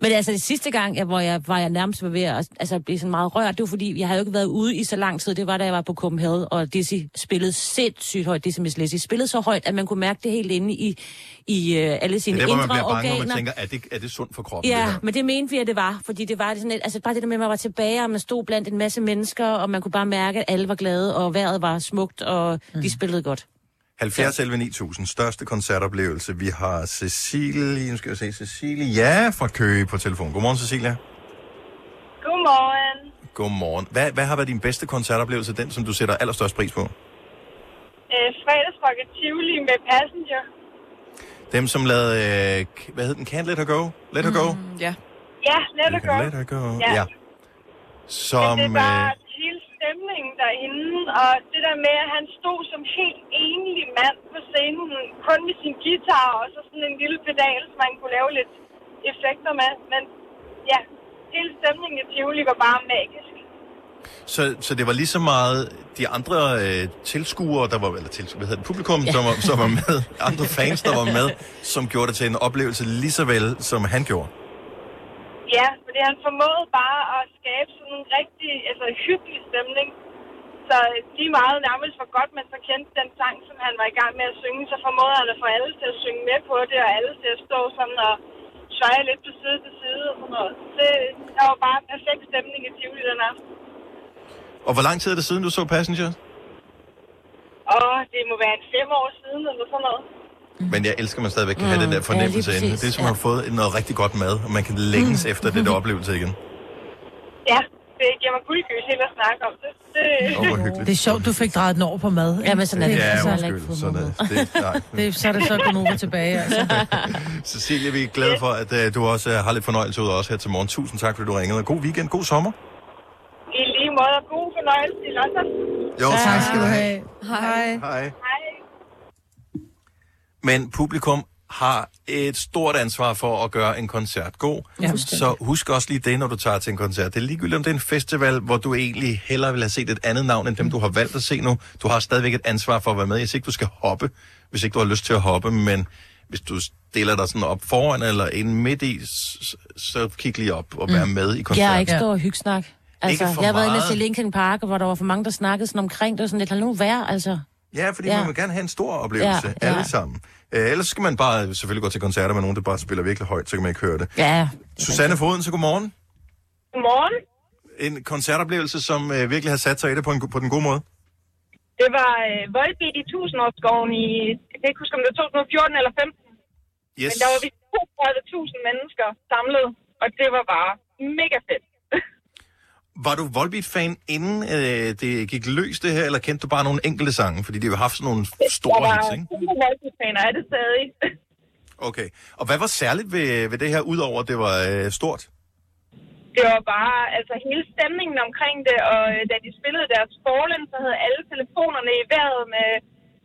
C: Men altså, det sidste gang, jeg, hvor jeg var jeg nærmest var ved at altså, blive sådan meget rørt, det var fordi, jeg havde jo ikke været ude i så lang tid. Det var, da jeg var på Copenhagen, og Dizzy spillede sindssygt højt. Dizzy Miss Lizzy spillede så højt, at man kunne mærke det helt inde i, i øh, alle
A: Det
C: sine
A: er der, hvor man
C: indre
A: bliver bange, når man
C: organer.
A: tænker, er det, er det sundt for kroppen? det
C: Ja,
A: her?
C: men det mente vi, at det var, fordi det var sådan et, altså bare det der med, at man var tilbage, og man stod blandt en masse mennesker, og man kunne bare mærke, at alle var glade, og vejret var smukt, og mm. de spillede godt.
A: 70 11 9000. Største koncertoplevelse. Vi har Cecilie, nu skal jeg se, Cecilie, ja, fra Køge på telefon. Godmorgen, Cecilia.
U: Godmorgen.
A: Godmorgen. Hvad, hvad har været din bedste koncertoplevelse, den som du sætter allerstørst pris på?
U: Øh, fredagsrock i Tivoli med Passenger.
A: Dem, som lavede, øh, k- hvad hed den, Can't Let Her Go? Let Her Go?
U: Ja. Ja, Mm. let it go.
A: Let Her Go,
U: Ja.
A: ja. ja. Som,
U: det var
A: øh,
U: hele stemningen derinde, og det der med, at han stod som helt enlig mand på scenen, kun med sin guitar og så sådan en lille pedal, som man kunne lave lidt effekter med. Men ja, hele stemningen i Tivoli var bare magisk.
A: øh, så, så det var lige så meget de andre øh, tilskuere, der var, eller tilskuere, hvad hedder det, publikum,
U: Ja.
A: som, var, som var med, andre fans, der var med, som gjorde det til en oplevelse lige så vel, som han gjorde.
U: Ja, fordi han formåede bare at skabe sådan en rigtig altså, hyggelig stemning. Så øh, lige meget nærmest for godt, man så kendte den sang, som han var i gang med at synge, så formåede han at få alle til at synge med på det, og alle til at stå sådan og sveje lidt på side til side og sådan noget. Det, der var bare perfekt stemning i Tivoli den aften.
A: Og hvor lang tid er det siden, du så Passenger?
U: Og det må være en fem år siden eller sådan noget.
A: Men jeg elsker, at man stadigvæk kan have den der fornemmelse
U: Mm, Ja,
A: ja,
U: lige
A: inde.
U: præcis,
A: Det er som at
U: ja.
A: have fået noget rigtig godt mad, og man kan længes mm. efter den der oplevelse igen.
U: Ja, det giver mig guldgys helt at snakke om det. det
A: Åh, hvor hyggeligt.
B: Det er sjovt, du fik drejet den over på mad. Ja, men
A: sådan er det. Ja, undskyld, sådan er det. Det- nej.
B: det. er- Så er det så kun over tilbage, altså.
A: Cecilie, vi er glade for, at uh, du også uh, har lidt fornøjelse ud af os her til morgen. Tusind tak, fordi du ringede. Og God weekend, god sommer.
U: I lige måde, og god fornøjelse i London.
A: Jo, tak. Tak
U: skal du have.
B: Hej.
A: Hej. Men publikum har et stort ansvar for at gøre en koncert god.
I: Ja, fuldstændig.
A: så husk også lige det, når du tager til en koncert. Det er ligegyldigt, om det er en festival, hvor du egentlig hellere vil have set et andet navn, end dem, du har valgt at se nu. Du har stadigvæk et ansvar for at være med. Jeg siger ikke, du skal hoppe, hvis ikke du har lyst til at hoppe, men hvis du stiller dig sådan op foran eller ind midt i, s- s- så kig lige op og vær
C: Mm.
A: med i koncerten.
C: Jeg er ikke stor hyggesnak. Altså,
A: Ikke for
C: jeg har været inde og se
A: meget.
C: Linkin Park, hvor der var for mange, der snakkede sådan omkring det, og sådan lidt, lad nu være, altså.
A: Ja, fordi
C: Ja.
A: ja. man vil gerne have en stor oplevelse, ja,
C: Ja, ja.
A: ja. alle sammen. Øh, ellers skal man bare selvfølgelig gå til koncerter med nogen, der bare spiller virkelig højt, så kan man ikke høre det.
C: Ja.
A: Susanne Foden, så godmorgen.
U: Godmorgen.
A: En koncertoplevelse, som øh, virkelig har sat sig i det på, en, go- på den gode måde.
U: Det var øh, Volbeat i Tusindårsskoven i, jeg kan ikke huske, om det var 2014 eller 15.
A: Yes.
U: Men der var vi 32.000 mennesker samlet, og det var bare mega fedt.
A: Var du Volbeat-fan, inden øh, det gik løs det her, eller kendte du bare nogle enkelte sange? Fordi de har haft sådan nogle
U: jeg
A: store
U: var
A: hits, ikke?
U: kæmpe Volbeat-fan, og er det stadig.
A: Okay. Og hvad var særligt ved, ved det her, udover at det var øh, stort?
U: Det var bare, altså hele stemningen omkring det, og øh, da de spillede deres Fallen, så havde alle telefonerne i vejret med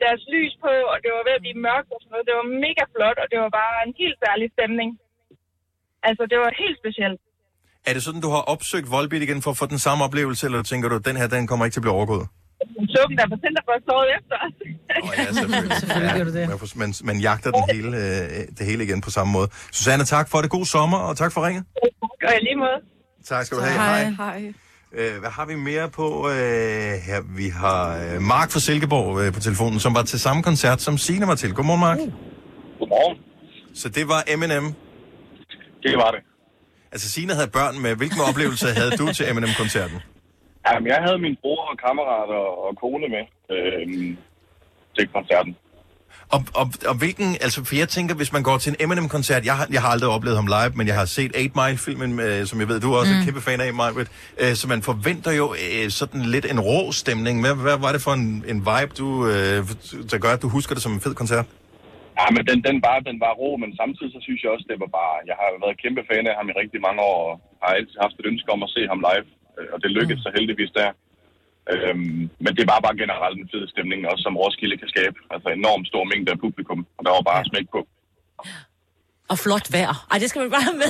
U: deres lys på, og det var ved at blive mørkt og sådan noget. Det var mega flot, og det var bare en helt særlig stemning. Altså, det var helt specielt.
A: Er det sådan, du har opsøgt Volbeat igen for at få den samme oplevelse, eller tænker du, at den her, den kommer ikke til at blive overgået?
U: Suppen der på Centerbox året efter.
A: Åh ja, selvfølgelig. selvfølgelig
U: gjorde du det.
A: Man, man, man jagter den hele, øh, det hele igen på samme måde. Susanne, tak for det. God sommer, og tak for ringet.
U: Gør jeg lige måde.
A: Tak skal du have. Hej.
U: Hej.
A: Øh, hvad har vi mere på? Øh, her, vi har øh, Mark fra Silkeborg øh, på telefonen, som var til samme koncert, som Signe var til. Godmorgen, Mark.
V: Uh. Godmorgen.
A: Så det var M&M?
V: Det var det.
A: Altså, Signe havde børn med. Hvilken oplevelse havde du til M&M-koncerten?
V: Jamen, jeg havde min bror og kammerat og, og kone med øhm, til koncerten.
A: Og, og, og hvilken, altså for jeg tænker, hvis man går til en Eminem-koncert, jeg har, jeg har aldrig oplevet ham live, men jeg har set 8 Mile-filmen, øh, som jeg ved, du er også mm.
V: Mm.
A: en kæmpe fan af, Margaret, øh, så man forventer jo øh, sådan lidt en rå stemning. Hvad, hvad var det for en, en vibe, du, øh, der gør, at du husker det som en fed koncert?
V: Ja, men den, den, var, den var ro, men samtidig så synes jeg også, det var bare... Jeg har været kæmpe fan af ham i rigtig mange år, og har altid haft et ønske om at se ham live. øh, Og det lykkedes så heldigvis der. Øhm, men det var bare generelt en fed stemning, også som Roskilde kan skabe. Altså enormt stor mængde af publikum, og der var bare smæk på.
C: Og flot vejr. Ej, det skal man bare have med.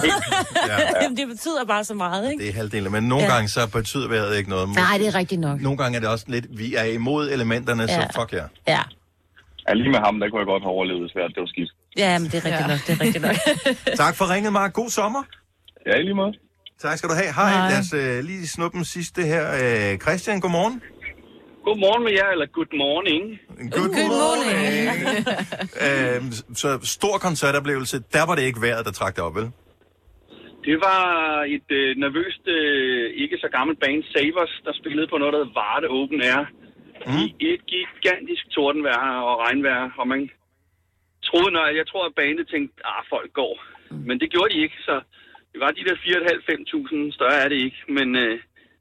A: Ja.
C: Jamen, det betyder bare så meget, ikke?
A: Det er halvdelen, men nogle
C: Ja.
A: ja. gange så betyder vejret ikke noget.
C: Nej, det er rigtigt nok.
A: Nogle gange er det også lidt, vi er imod elementerne, ja.
C: Ja.
A: så fuck jer. Yeah.
C: Ja.
V: Ja, lige med ham, der kunne jeg godt have overlevet svært. Det var skidt.
C: Ja, men det er rigtigt ja. nok, det er rigtigt nok.
A: Tak for ringet, Mark. God sommer.
V: Ja, i lige måde.
A: Tak skal du have. Hej. Hej. Lad os øh, lige snuppe den sidste her. Øh, Christian, godmorgen.
L: Godmorgen med jer, eller good morning.
A: Good, good morning. øh, så stor koncertoplevelse. Der var det ikke vejret, der trak det op, vel?
L: Det var et øh, nervøst, øh, ikke så gammelt band, Savers, der spillede på noget, der hed Varde Open Air. Mm. I et gigantisk tordenvejr og regnvejr, og man troede, når jeg tror, at bandet tænkte, ah, folk går. Mm. Men det gjorde de ikke, så det var de der 4.500-5.000, større er det ikke, men øh,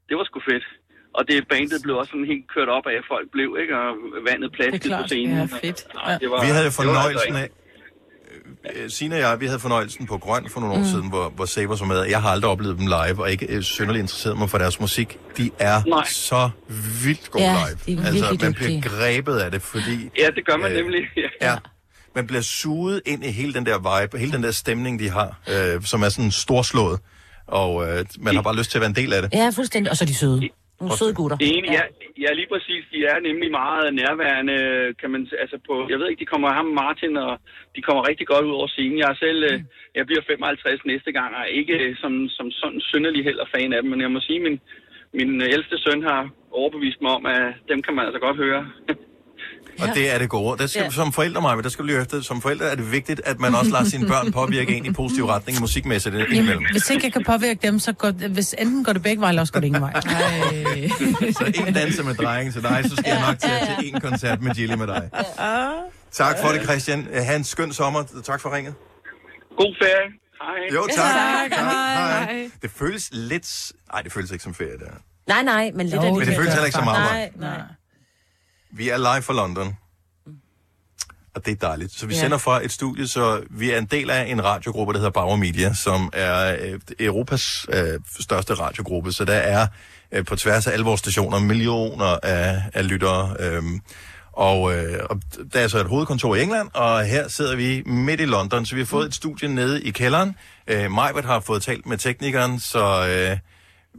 L: det var sgu fedt. Og det bandet blev også sådan helt kørt op af, at folk blev, ikke? Og vandet plaskede på scenen.
D: Ja, fedt.
L: Ja, det var,
A: Vi havde jo
L: det var altså
A: fornøjelsen
L: ikke-
A: af... Øh, Signe og jeg, vi havde fornøjelsen på Grøn for nogle år
L: Mm.
A: mm. siden, hvor, hvor Sabers var med. Jeg har aldrig oplevet dem live, og ikke øh, synderligt interesseret mig for deres musik. De er
L: Nej.
A: Nej. så vildt gode
L: Ja, de
A: live.
L: er
A: Altså,
L: virkelig
A: man
L: dygtige.
A: bliver grebet af det, fordi...
L: Ja, det gør man
A: Øh,
L: nemlig.
A: Ja. Man bliver suget ind i hele den der vibe, og hele den der stemning, de har, øh, som er sådan storslået. Og øh, man har bare lyst til at være en del af det.
C: Ja, fuldstændig. Og så er de søde. Nogle søde gutter.
L: Enig, ja. ja, lige præcis. De er nemlig meget nærværende, kan man s- altså på, jeg ved ikke, de kommer ham og Martin, og de kommer rigtig godt ud over scenen. Jeg er selv, øh, jeg bliver 55 næste gang, og er ikke øh, som, som sådan synderlig heller fan af dem, men jeg må sige, min, min øh, ældste søn har overbevist mig om, at dem kan man altså godt høre.
A: Og det er det gode. Der skal,
L: Ja.
A: ja. Som forældre, Maja, der skal du lige efter, som forældre er det vigtigt, at man også lader sine børn påvirke en i positiv retning musikmæssigt indimellem.
B: Jamen, hvis ikke jeg kan påvirke dem, så går, hvis enten går det begge vej, eller også går det ingen vej.
A: så en danser med drengen til dig, så skal jeg nok til, til en koncert med Gilly med dig. Tak for det, Christian. Ha' en skøn sommer. Tak for ringet.
L: God ferie. Hej.
A: Jo, tak.
C: Tak. Hej.
A: Det føles lidt... Nej, det føles ikke som ferie, der.
C: Nej, nej, men lidt
A: Jo,
C: af
A: men det føles heller ikke så meget,
C: Nej, nej.
A: Vi er live fra London. Og det er dejligt. Så vi
C: Ja.
A: ja. sender fra et studie, så vi er en del af en radiogruppe, der hedder Bauer Media, som er øh, Europas øh, største radiogruppe. Så der er øh, på tværs af alle vores stationer millioner af, af lyttere. Øh, Og, øh, og der er så et hovedkontor i England, og her sidder vi midt i London, så vi har fået et studie nede i kælderen. Øh, Majbert har fået talt med teknikeren, så øh,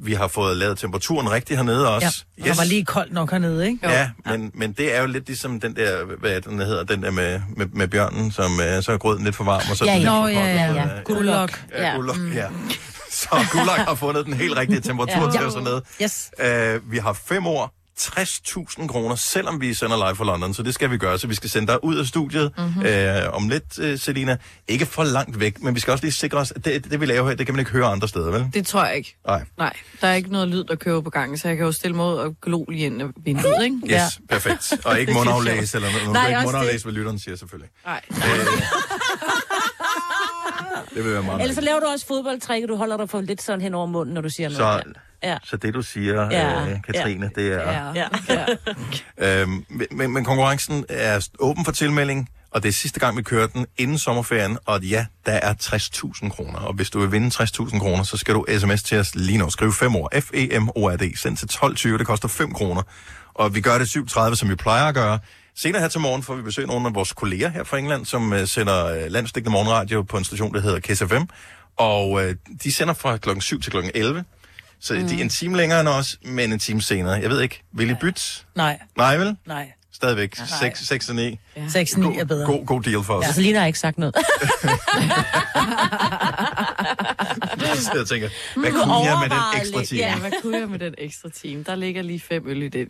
A: vi har fået lavet temperaturen rigtig hernede også.
B: Ja, yes. Der var lige koldt nok hernede, ikke?
A: Ja, men, men det er jo lidt ligesom den der, hvad er det, den hedder, den der med, med, med bjørnen, som øh, så er grøden lidt for varm, og så er
B: ja,
A: den lidt for kold.
B: ja. Nå, ja, ja, ja.
A: Øh,
B: Gulag.
A: Ja, Gulag, ja. Så Gulag har fundet den helt rigtige temperatur
B: Ja.
A: ja. til os hernede.
B: Yes.
A: Uh, vi har fem år, 60.000 kroner, selvom vi sender live fra London, så det skal vi gøre. Så vi skal sende dig ud af studiet
F: Mhm.
A: mm-hmm. uh, om lidt, uh, Selina. Ikke for langt væk, men vi skal også lige sikre os, at det, det vi laver her, det kan man ikke høre andre steder, vel?
D: Det tror jeg ikke.
A: Nej.
D: Nej, der er ikke noget lyd, der kører på gangen, så jeg kan jo stille mig ud og glo lige ind ad vinduet, ikke?
A: Yes, ja. perfekt. Og ikke
D: Det synes jeg
A: mundaflæse,
D: også.
A: eller noget.
D: Nej,
A: Nej, ikke
D: også det.
A: mundaflæse, hvad lytteren siger, selvfølgelig.
D: Nej.
A: Det vil være meget
C: Ellers så laver du også fodboldtræk, og du holder dig for lidt sådan hen over munden, når du siger
A: Så-
C: noget. Ja.
A: Så det, du siger,
C: Ja,
A: ja, øh, Katrine, ja, det er... Ja.
C: ja. ja.
A: Øhm, men, men konkurrencen er åben for tilmelding, og det er sidste gang, vi kører den inden sommerferien. Og ja, der er 60.000 kroner. Og hvis du vil vinde 60.000 kroner, så skal du sms til os lige nu. Skriv 5 år. F-E-M-O-R-D. Send til 12.20. Det koster 5 kroner. Og vi gør det 7.30, som vi plejer at gøre. Senere her til morgen får vi besøg af nogle af vores kolleger her fra England, som uh, sender uh, landstækkende morgenradio på en station, der hedder KSFM. Og uh, de sender fra klokken 7 til klokken 11. Så mm. de er en time længere end os, men en time senere. Jeg ved ikke, vil I bytte?
B: Nej,
A: Nej, vel?
B: nej.
A: Stadigvæk.
B: Nej.
A: 6, 6 og 9.
B: 6-9 er bedre.
A: God, god deal for os.
C: Ja.
A: Ja.
C: Så lige Altså, har ikke sagt noget.
A: Så jeg tænker,
D: Mm.
A: hvad kunne jeg med den
D: Overveje
A: ekstra
D: lidt.
A: time?
D: Ja, hvad kunne jeg med den ekstra time? Der ligger lige fem øl i den.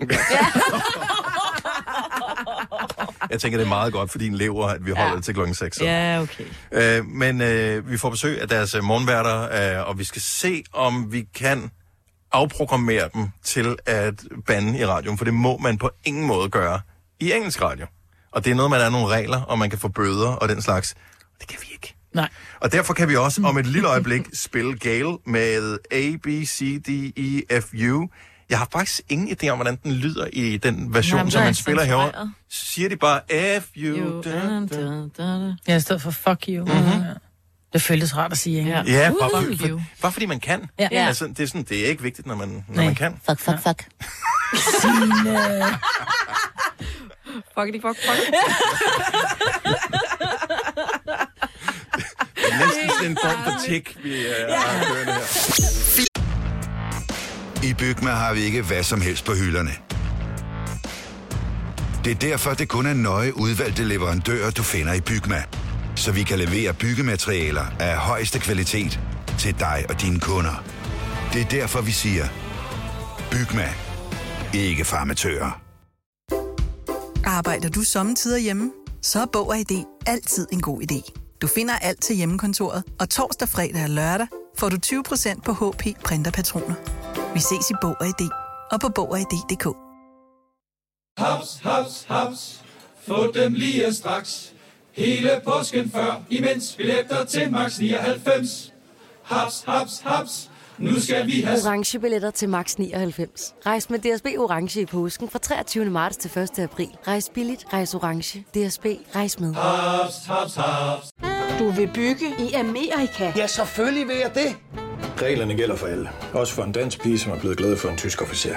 A: Jeg tænker, det er meget godt for din lever, at vi holder ja. det til klokken 6.
D: ja, okay.
A: Øh, men øh, vi får besøg af deres øh, morgenværter, øh, og vi skal se, om vi kan afprogrammere dem til at bande i radioen, for det må man på ingen måde gøre i engelsk radio. Og det er noget, man er nogle regler, og man kan få bøder og den slags.
B: Nej.
A: Og derfor kan vi også om et lille øjeblik spille Gale med A, B, C, D, E, F, U. Jeg har faktisk ingen idé om, hvordan den lyder i den version,
B: Jamen,
A: Jamen,
B: der
A: som
B: er
A: man
B: ikke
A: spiller herovre.
B: censureret.
A: Siger de bare F, U,
B: You,
A: da,
B: da,
A: da.
B: Ja, i stedet for fuck you. Mm-hmm. Det føltes rart at sige, ikke?
A: Ja, bare, for, for, bare fordi man kan.
B: Ja.
A: Ja.
B: Ja.
A: Altså, det, er sådan, det er ikke vigtigt, når man, når
B: Nej.
A: man kan.
C: Fuck, fuck, fuck.
B: Signe.
D: Fuck it, fuck, fuck.
A: Det er næsten sådan en form for tik, vi øh, har kørende her.
P: I Bygma har vi ikke hvad som helst på hylderne. Det er derfor, det kun er nøje udvalgte leverandører, du finder i Bygma. Så vi kan levere byggematerialer af højeste kvalitet til dig og dine kunder. Det er derfor, vi siger, Bygma. Ikke farmatører.
Q: Arbejder du sommetider hjemme? Så er Bog og ID altid en god idé. Du finder alt til hjemmekontoret, og torsdag, fredag og lørdag får du 20% på HP printerpatroner. Vi ses i Bog og ID og på Bog og ID.dk.
J: Haps, haps, haps. Få dem lige straks. Hele påsken før, imens billetter til max 99. Haps, haps, haps. Nu skal vi have
W: orange billetter til max 99. Rejs med DSB orange i påsken fra 23. marts til 1. april. Rejs billigt, rejs orange. DSB rejs med.
J: Haps, haps, haps.
X: Du vil bygge i Amerika? Ja, selvfølgelig vil jeg det.
R: Reglerne gælder for alle. Også for en dansk pige, som er blevet glad for en tysk officer.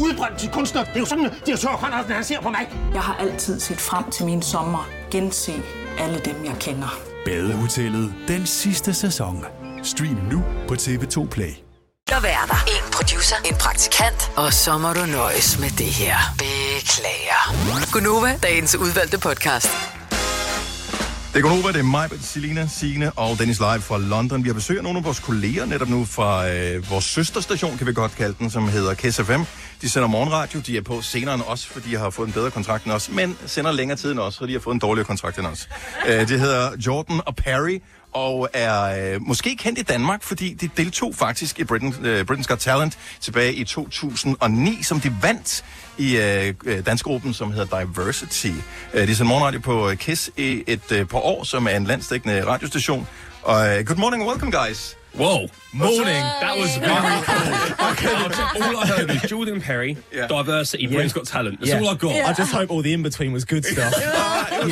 S: Udbrøndt til kunstner. Det er jo sådan, at de har tørt, Conradsen, han ser på mig.
G: Jeg har altid set frem til min sommer, gense alle dem, jeg kender.
H: Badehotellet den sidste sæson. Stream nu på TV2 Play.
E: Der værter. En producer. En praktikant. Og så må du nøjes med det her. Beklager. Gunova, dagens udvalgte podcast.
A: Det er Gunova, det er mig, Selina, Signe og Dennis Live fra London. Vi har besøg af nogle af vores kolleger netop nu fra øh, vores søsterstation, kan vi godt kalde den, som hedder KISS FM. De sender morgenradio, de er på senere end os, fordi de har fået en bedre kontrakt end os, men sender længere tid end os, fordi de har fået en dårligere kontrakt end os. øh, de hedder Jordan og Perry, og er øh, måske kendt i Danmark, fordi de deltog faktisk i Britain, øh, Britain's Got Talent tilbage i 2009, som de vandt i øh, øh, dansgruppen, som hedder Diversity. Øh, de sender morgenradio på øh, KISS i et øh, par år, som er en landstækkende radiostation. Og øh, good morning and welcome, guys.
F: Whoa. Morning. That was very cool. Okay. All I heard was Jordan Perry, diversity, Britain's Got Talent. That's
I: Yeah.
F: all I got.
I: I just hope all the in between was good stuff.
A: it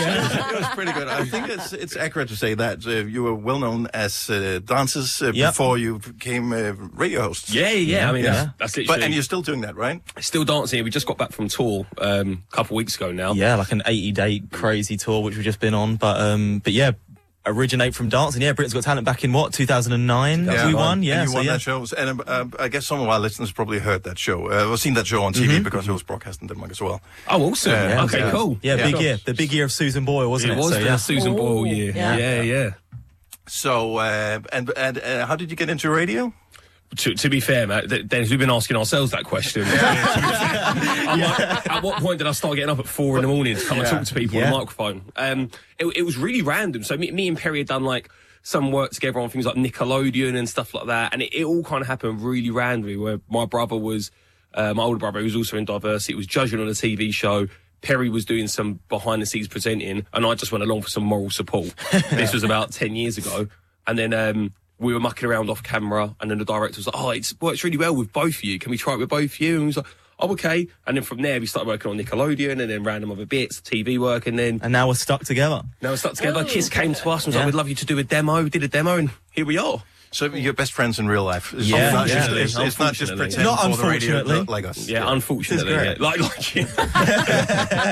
A: was pretty good. I think it's it's accurate to say that uh, you were well known as uh, dancers uh,
F: Yeah.
A: before you became uh, radio hosts.
F: Yeah, yeah, yeah. I mean, that's, that's literally.
A: But and you're still doing that, right?
F: Still dancing. We just got back from tour um, a couple weeks ago now.
I: Yeah, like an 80 day crazy tour which we've just been on, but um, but yeah, originate from dancing. Yeah, Britain's Got Talent back in what 2009? We won. Yeah,
A: and you
I: so
A: won
I: yeah.
A: that show. And uh, I guess some of our listeners probably heard that show uh, or seen that show on TV
F: Mm-hmm.
I: Mhm.
A: because it was broadcast in Denmark as well.
F: Oh, awesome.
A: Yeah,
F: okay,
A: yeah.
F: cool.
I: Yeah, big year. The big year of Susan Boyle, wasn't it?
F: It was
I: So,
F: the
I: yeah.
F: Susan Boyle year.
I: Yeah.
F: Yeah, yeah.
A: So, uh, and and uh, how did you get into radio?
F: To, to be fair, Matt, th- Dennis, we've been asking ourselves that question. I'm like, at what point did I start getting up at four in the morning to come and
K: Yeah.
F: talk to people on
K: Yeah.
F: the microphone? Um, it, it was really random. So me, me and Perry had done like some work together on things like Nickelodeon and stuff like that, and it, it all kind of happened really randomly. Where my brother was, uh, my older brother, who was also in diversity, was judging on a TV show. Perry was doing some behind the scenes presenting, and I just went along for some moral support. This was about ten years ago, and then. Um, we were mucking around off camera, and then the director was like, "Oh, it's works really well with both of you. Can we try it with both of you?" And we was like, "Oh, okay." And then from there, we started working on Nickelodeon, and then random other bits, TV work, and then
I: And now we're stuck together.
F: now we stuck together. Kiss came to us and was
I: Yeah.
F: like, "We'd love you to do a demo." We did a demo, and here we are.
A: So you're best friends in real life. It's
F: yeah,
A: not just-
F: yeah.
A: it's- it's not just pretend
F: Unfortunately.
A: Not for the radio, unfortunately. not like us.
F: Yeah,
A: Yeah.
F: unfortunately.
A: This is
F: Yeah.
A: great.
F: Like,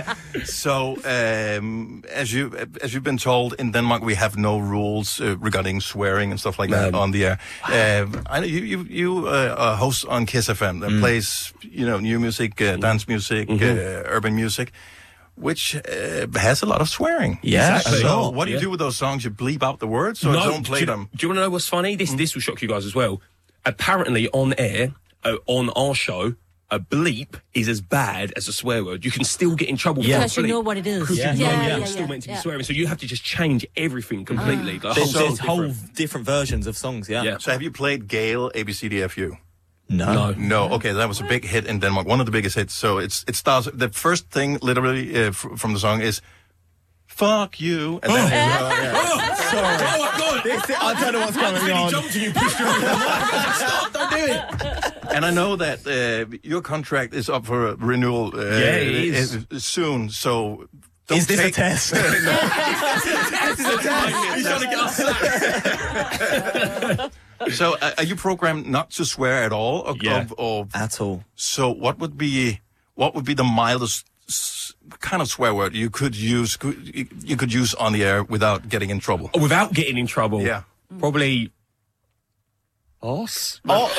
F: like you.
A: So, um, as you as you've been told in Denmark, we have no rules uh, regarding swearing and stuff like that on the air. Um, I know you you you uh, are host on Kiss FM
F: Mm.
A: that plays you know new music,
F: Mm-hmm.
A: uh, dance music, uh, urban music, which uh, has a lot of swearing.
F: Yeah, Exactly.
A: So,
I: Oh,
F: sure.
A: what do you
F: Yeah.
A: do with those songs? You bleep out the words, so I don't play
F: do, you-
A: them. Hmm.
F: Do you want to know what's funny? This this will shock you guys as well. Apparently, on air, uh, on our show, a bleep is as bad as a swear word. You can still get in trouble. for a
C: Because you
F: bleep.
C: know what it is.
F: Because you know
C: yeah,
F: you're still meant to be swearing, so you have to just change everything completely. The whole
I: Ah. There's,
F: song's
I: there's whole
F: different.
I: different. versions of songs. Yeah.
A: So, have you played Gale ABCDFU?
I: No.
A: No, okay, that was a big hit in Denmark, one of the biggest hits. So it's it starts. The first thing, literally, uh, f- from the song is "fuck you," and
I: Oh.
A: then
I: Sorry.
F: Oh, my god!
I: I don't know what's going on.
F: Stop! Don't do it.
A: and I know that uh, your contract is up for renewal uh,
F: Yeah, it is.
A: uh, soon. So don't
I: Is this
A: take-
I: a test?
F: He's trying to get us sacked.
A: so uh, are you programmed not to swear at all? Or,
I: Yeah.
A: or,
I: at all.
A: So what would be what would be the mildest s- kind of swear word you could use could- you you could use on the air without getting in trouble?
F: Oh, Without getting in trouble.
A: Yeah.
F: Probably. Us?
A: Oh,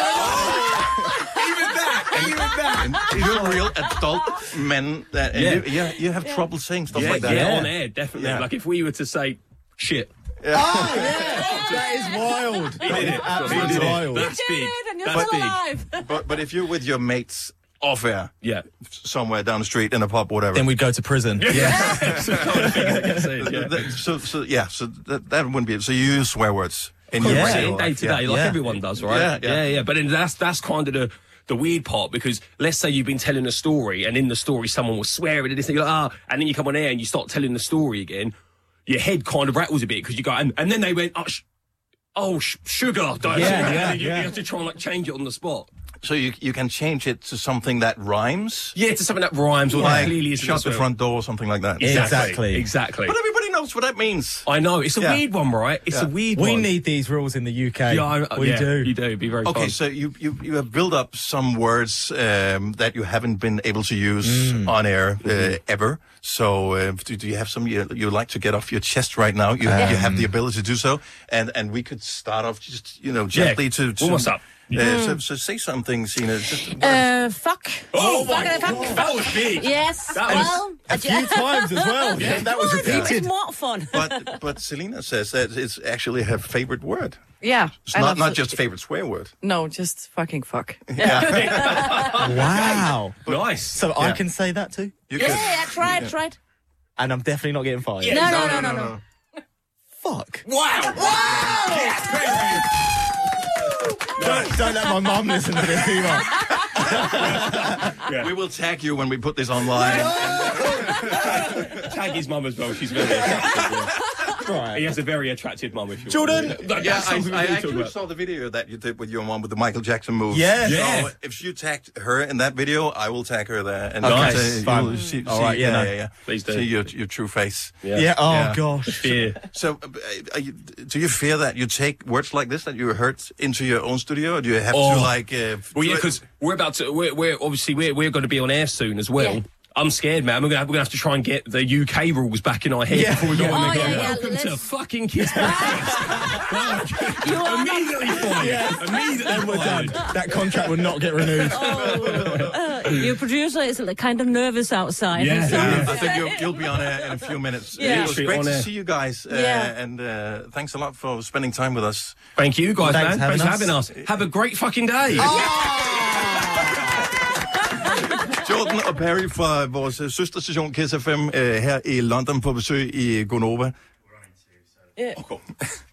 A: You're real adult men. That, and
F: Yeah.
A: You, yeah, you have trouble saying stuff
F: yeah,
A: like that.
F: yeah, on air, definitely.
A: Yeah.
F: Like if we were to say shit. Ah!
I: Oh, yeah. That is wild. Absolutely wild.
F: That's big.
A: and
F: you're That's still big. alive.
A: But, but if you're with your mates off air,
F: yeah,
A: somewhere down the street in a pub, whatever.
I: Then we'd go to prison. Yeah.
A: That- so, so yeah, so that, that wouldn't be it. So you use swear words in your
F: yeah.
A: regular
F: day
A: life,
F: to
A: yeah.
F: day, like everyone does, right?
A: Yeah, yeah.
F: yeah, But then that's that's kind of the the weird part because let's say you've been telling a story and in the story someone was swearing and this and you're like ah, and then you come on air and you start telling the story again, your head kind of rattles a bit because you go and, and then they went oh, sh- oh sh- sugar,
A: Yeah,
F: don't And
A: yeah,
F: then you,
A: yeah.
F: you have to try and like change it on the spot.
A: So you you can change it to something that rhymes.
F: Yeah, to something that rhymes or that
A: like
F: clearly isn't a
A: shut the
F: swear
A: front door or something like that.
F: Exactly. Exactly.
A: But everybody knows what that means.
F: I know Oh, it's a
A: Yeah.
F: weird one, right? It's a weird
I: we
F: one.
I: need these rules in the UK.
F: Yeah, I-
I: we
F: yeah,
I: do.
F: You do. It'd be very
A: Okay,
F: fun.
A: so you, you, you have built up some words um, that you haven't been able to use
F: Mm.
A: on air uh,
F: Mm-hmm.
A: ever. So uh, do, do you have some you, you like to get off your chest right now? You, you have
F: Um.
A: the ability to do so, and and we could start off just you know
F: Yeah,
A: gently to, to
F: warm us up.
A: Uh,
F: Mm.
A: so, so say something, Sina. Just,
C: Øh,
B: Uh, fuck.
F: Oh,
B: fuck,
F: my
B: it, fuck.
F: God. That was big.
C: Yes.
A: That was
C: well,
A: a
C: I ju-
A: few times as well.
C: Yeah.
A: That was
C: Well, It
A: repeated.
C: was more fun.
A: but but Selena says that it's actually her favorite word.
D: Yeah.
A: It's
D: I
A: not
D: love
A: not
D: it.
A: just favorite swear word.
D: Altså, No, just fucking fuck.
I: Wow.
F: nice.
I: So I
A: Yeah.
I: can say that too?
A: You
C: yeah, that's right, that's right.
I: And I'm definitely not getting fired.
C: Yeah, No, no, no, no, no, no.
I: Fuck.
F: Wow.
I: Don't, don't let my mum listen to this either.
A: We will tag you when we put this online.
F: Tag his mum as well. She's very.
I: Right.
F: he has a very attractive mum. If you
A: Jordan,
F: That-
A: yeah,
F: that's
A: I,
F: something we
A: I
F: need to talk
A: actually
F: about.
A: saw the video that you did with your mom with the Michael Jackson move.
I: Yeah.
A: So
I: Yeah.
A: if you tagged her in that video, I will tag her there. And
I: Okay.
A: you'll
I: Nice.
A: see-
I: Fun.
A: you'll see,
I: All
A: see-
I: right, yeah,
A: yeah,
I: no.
A: yeah, yeah.
I: Please do.
A: See your, your true face.
I: Yeah. Yeah, oh, gosh.
A: Fear. So, uh, are you, do you fear that you take words like this that you heard into your own studio, or do you have to
F: Oh.
A: like? Uh,
F: Well, yeah,
A: do-
F: because we're about to. We're, we're obviously we're, we're going to be on air soon as well.
A: Yeah.
F: I'm scared, man. We're gonna, have, we're gonna have to try and get the UK rules back in our head before we go
A: Oh,
F: on the go. Welcome to fucking Kiss Immediately fired.
A: Oh
F: Immediately fired.
I: That contract would not get renewed.
C: Your producer is like, kind of nervous outside. He's like,
A: I think you'll, you'll be on air in a few minutes.
C: Yeah.
A: It was
F: Literally
A: great
F: on
A: to
F: air.
A: see you guys, uh,
F: Yeah.
A: and uh, thanks a lot for spending time with us.
F: Thank you guys,
A: Thanks
F: man.
A: for having
F: Thanks for having
A: us.
F: us. Have a great fucking day.
A: Oh. Jordan og Perry fra vores øh, søsterstation Kiss FM øh, her i London på besøg i øh, Gonova.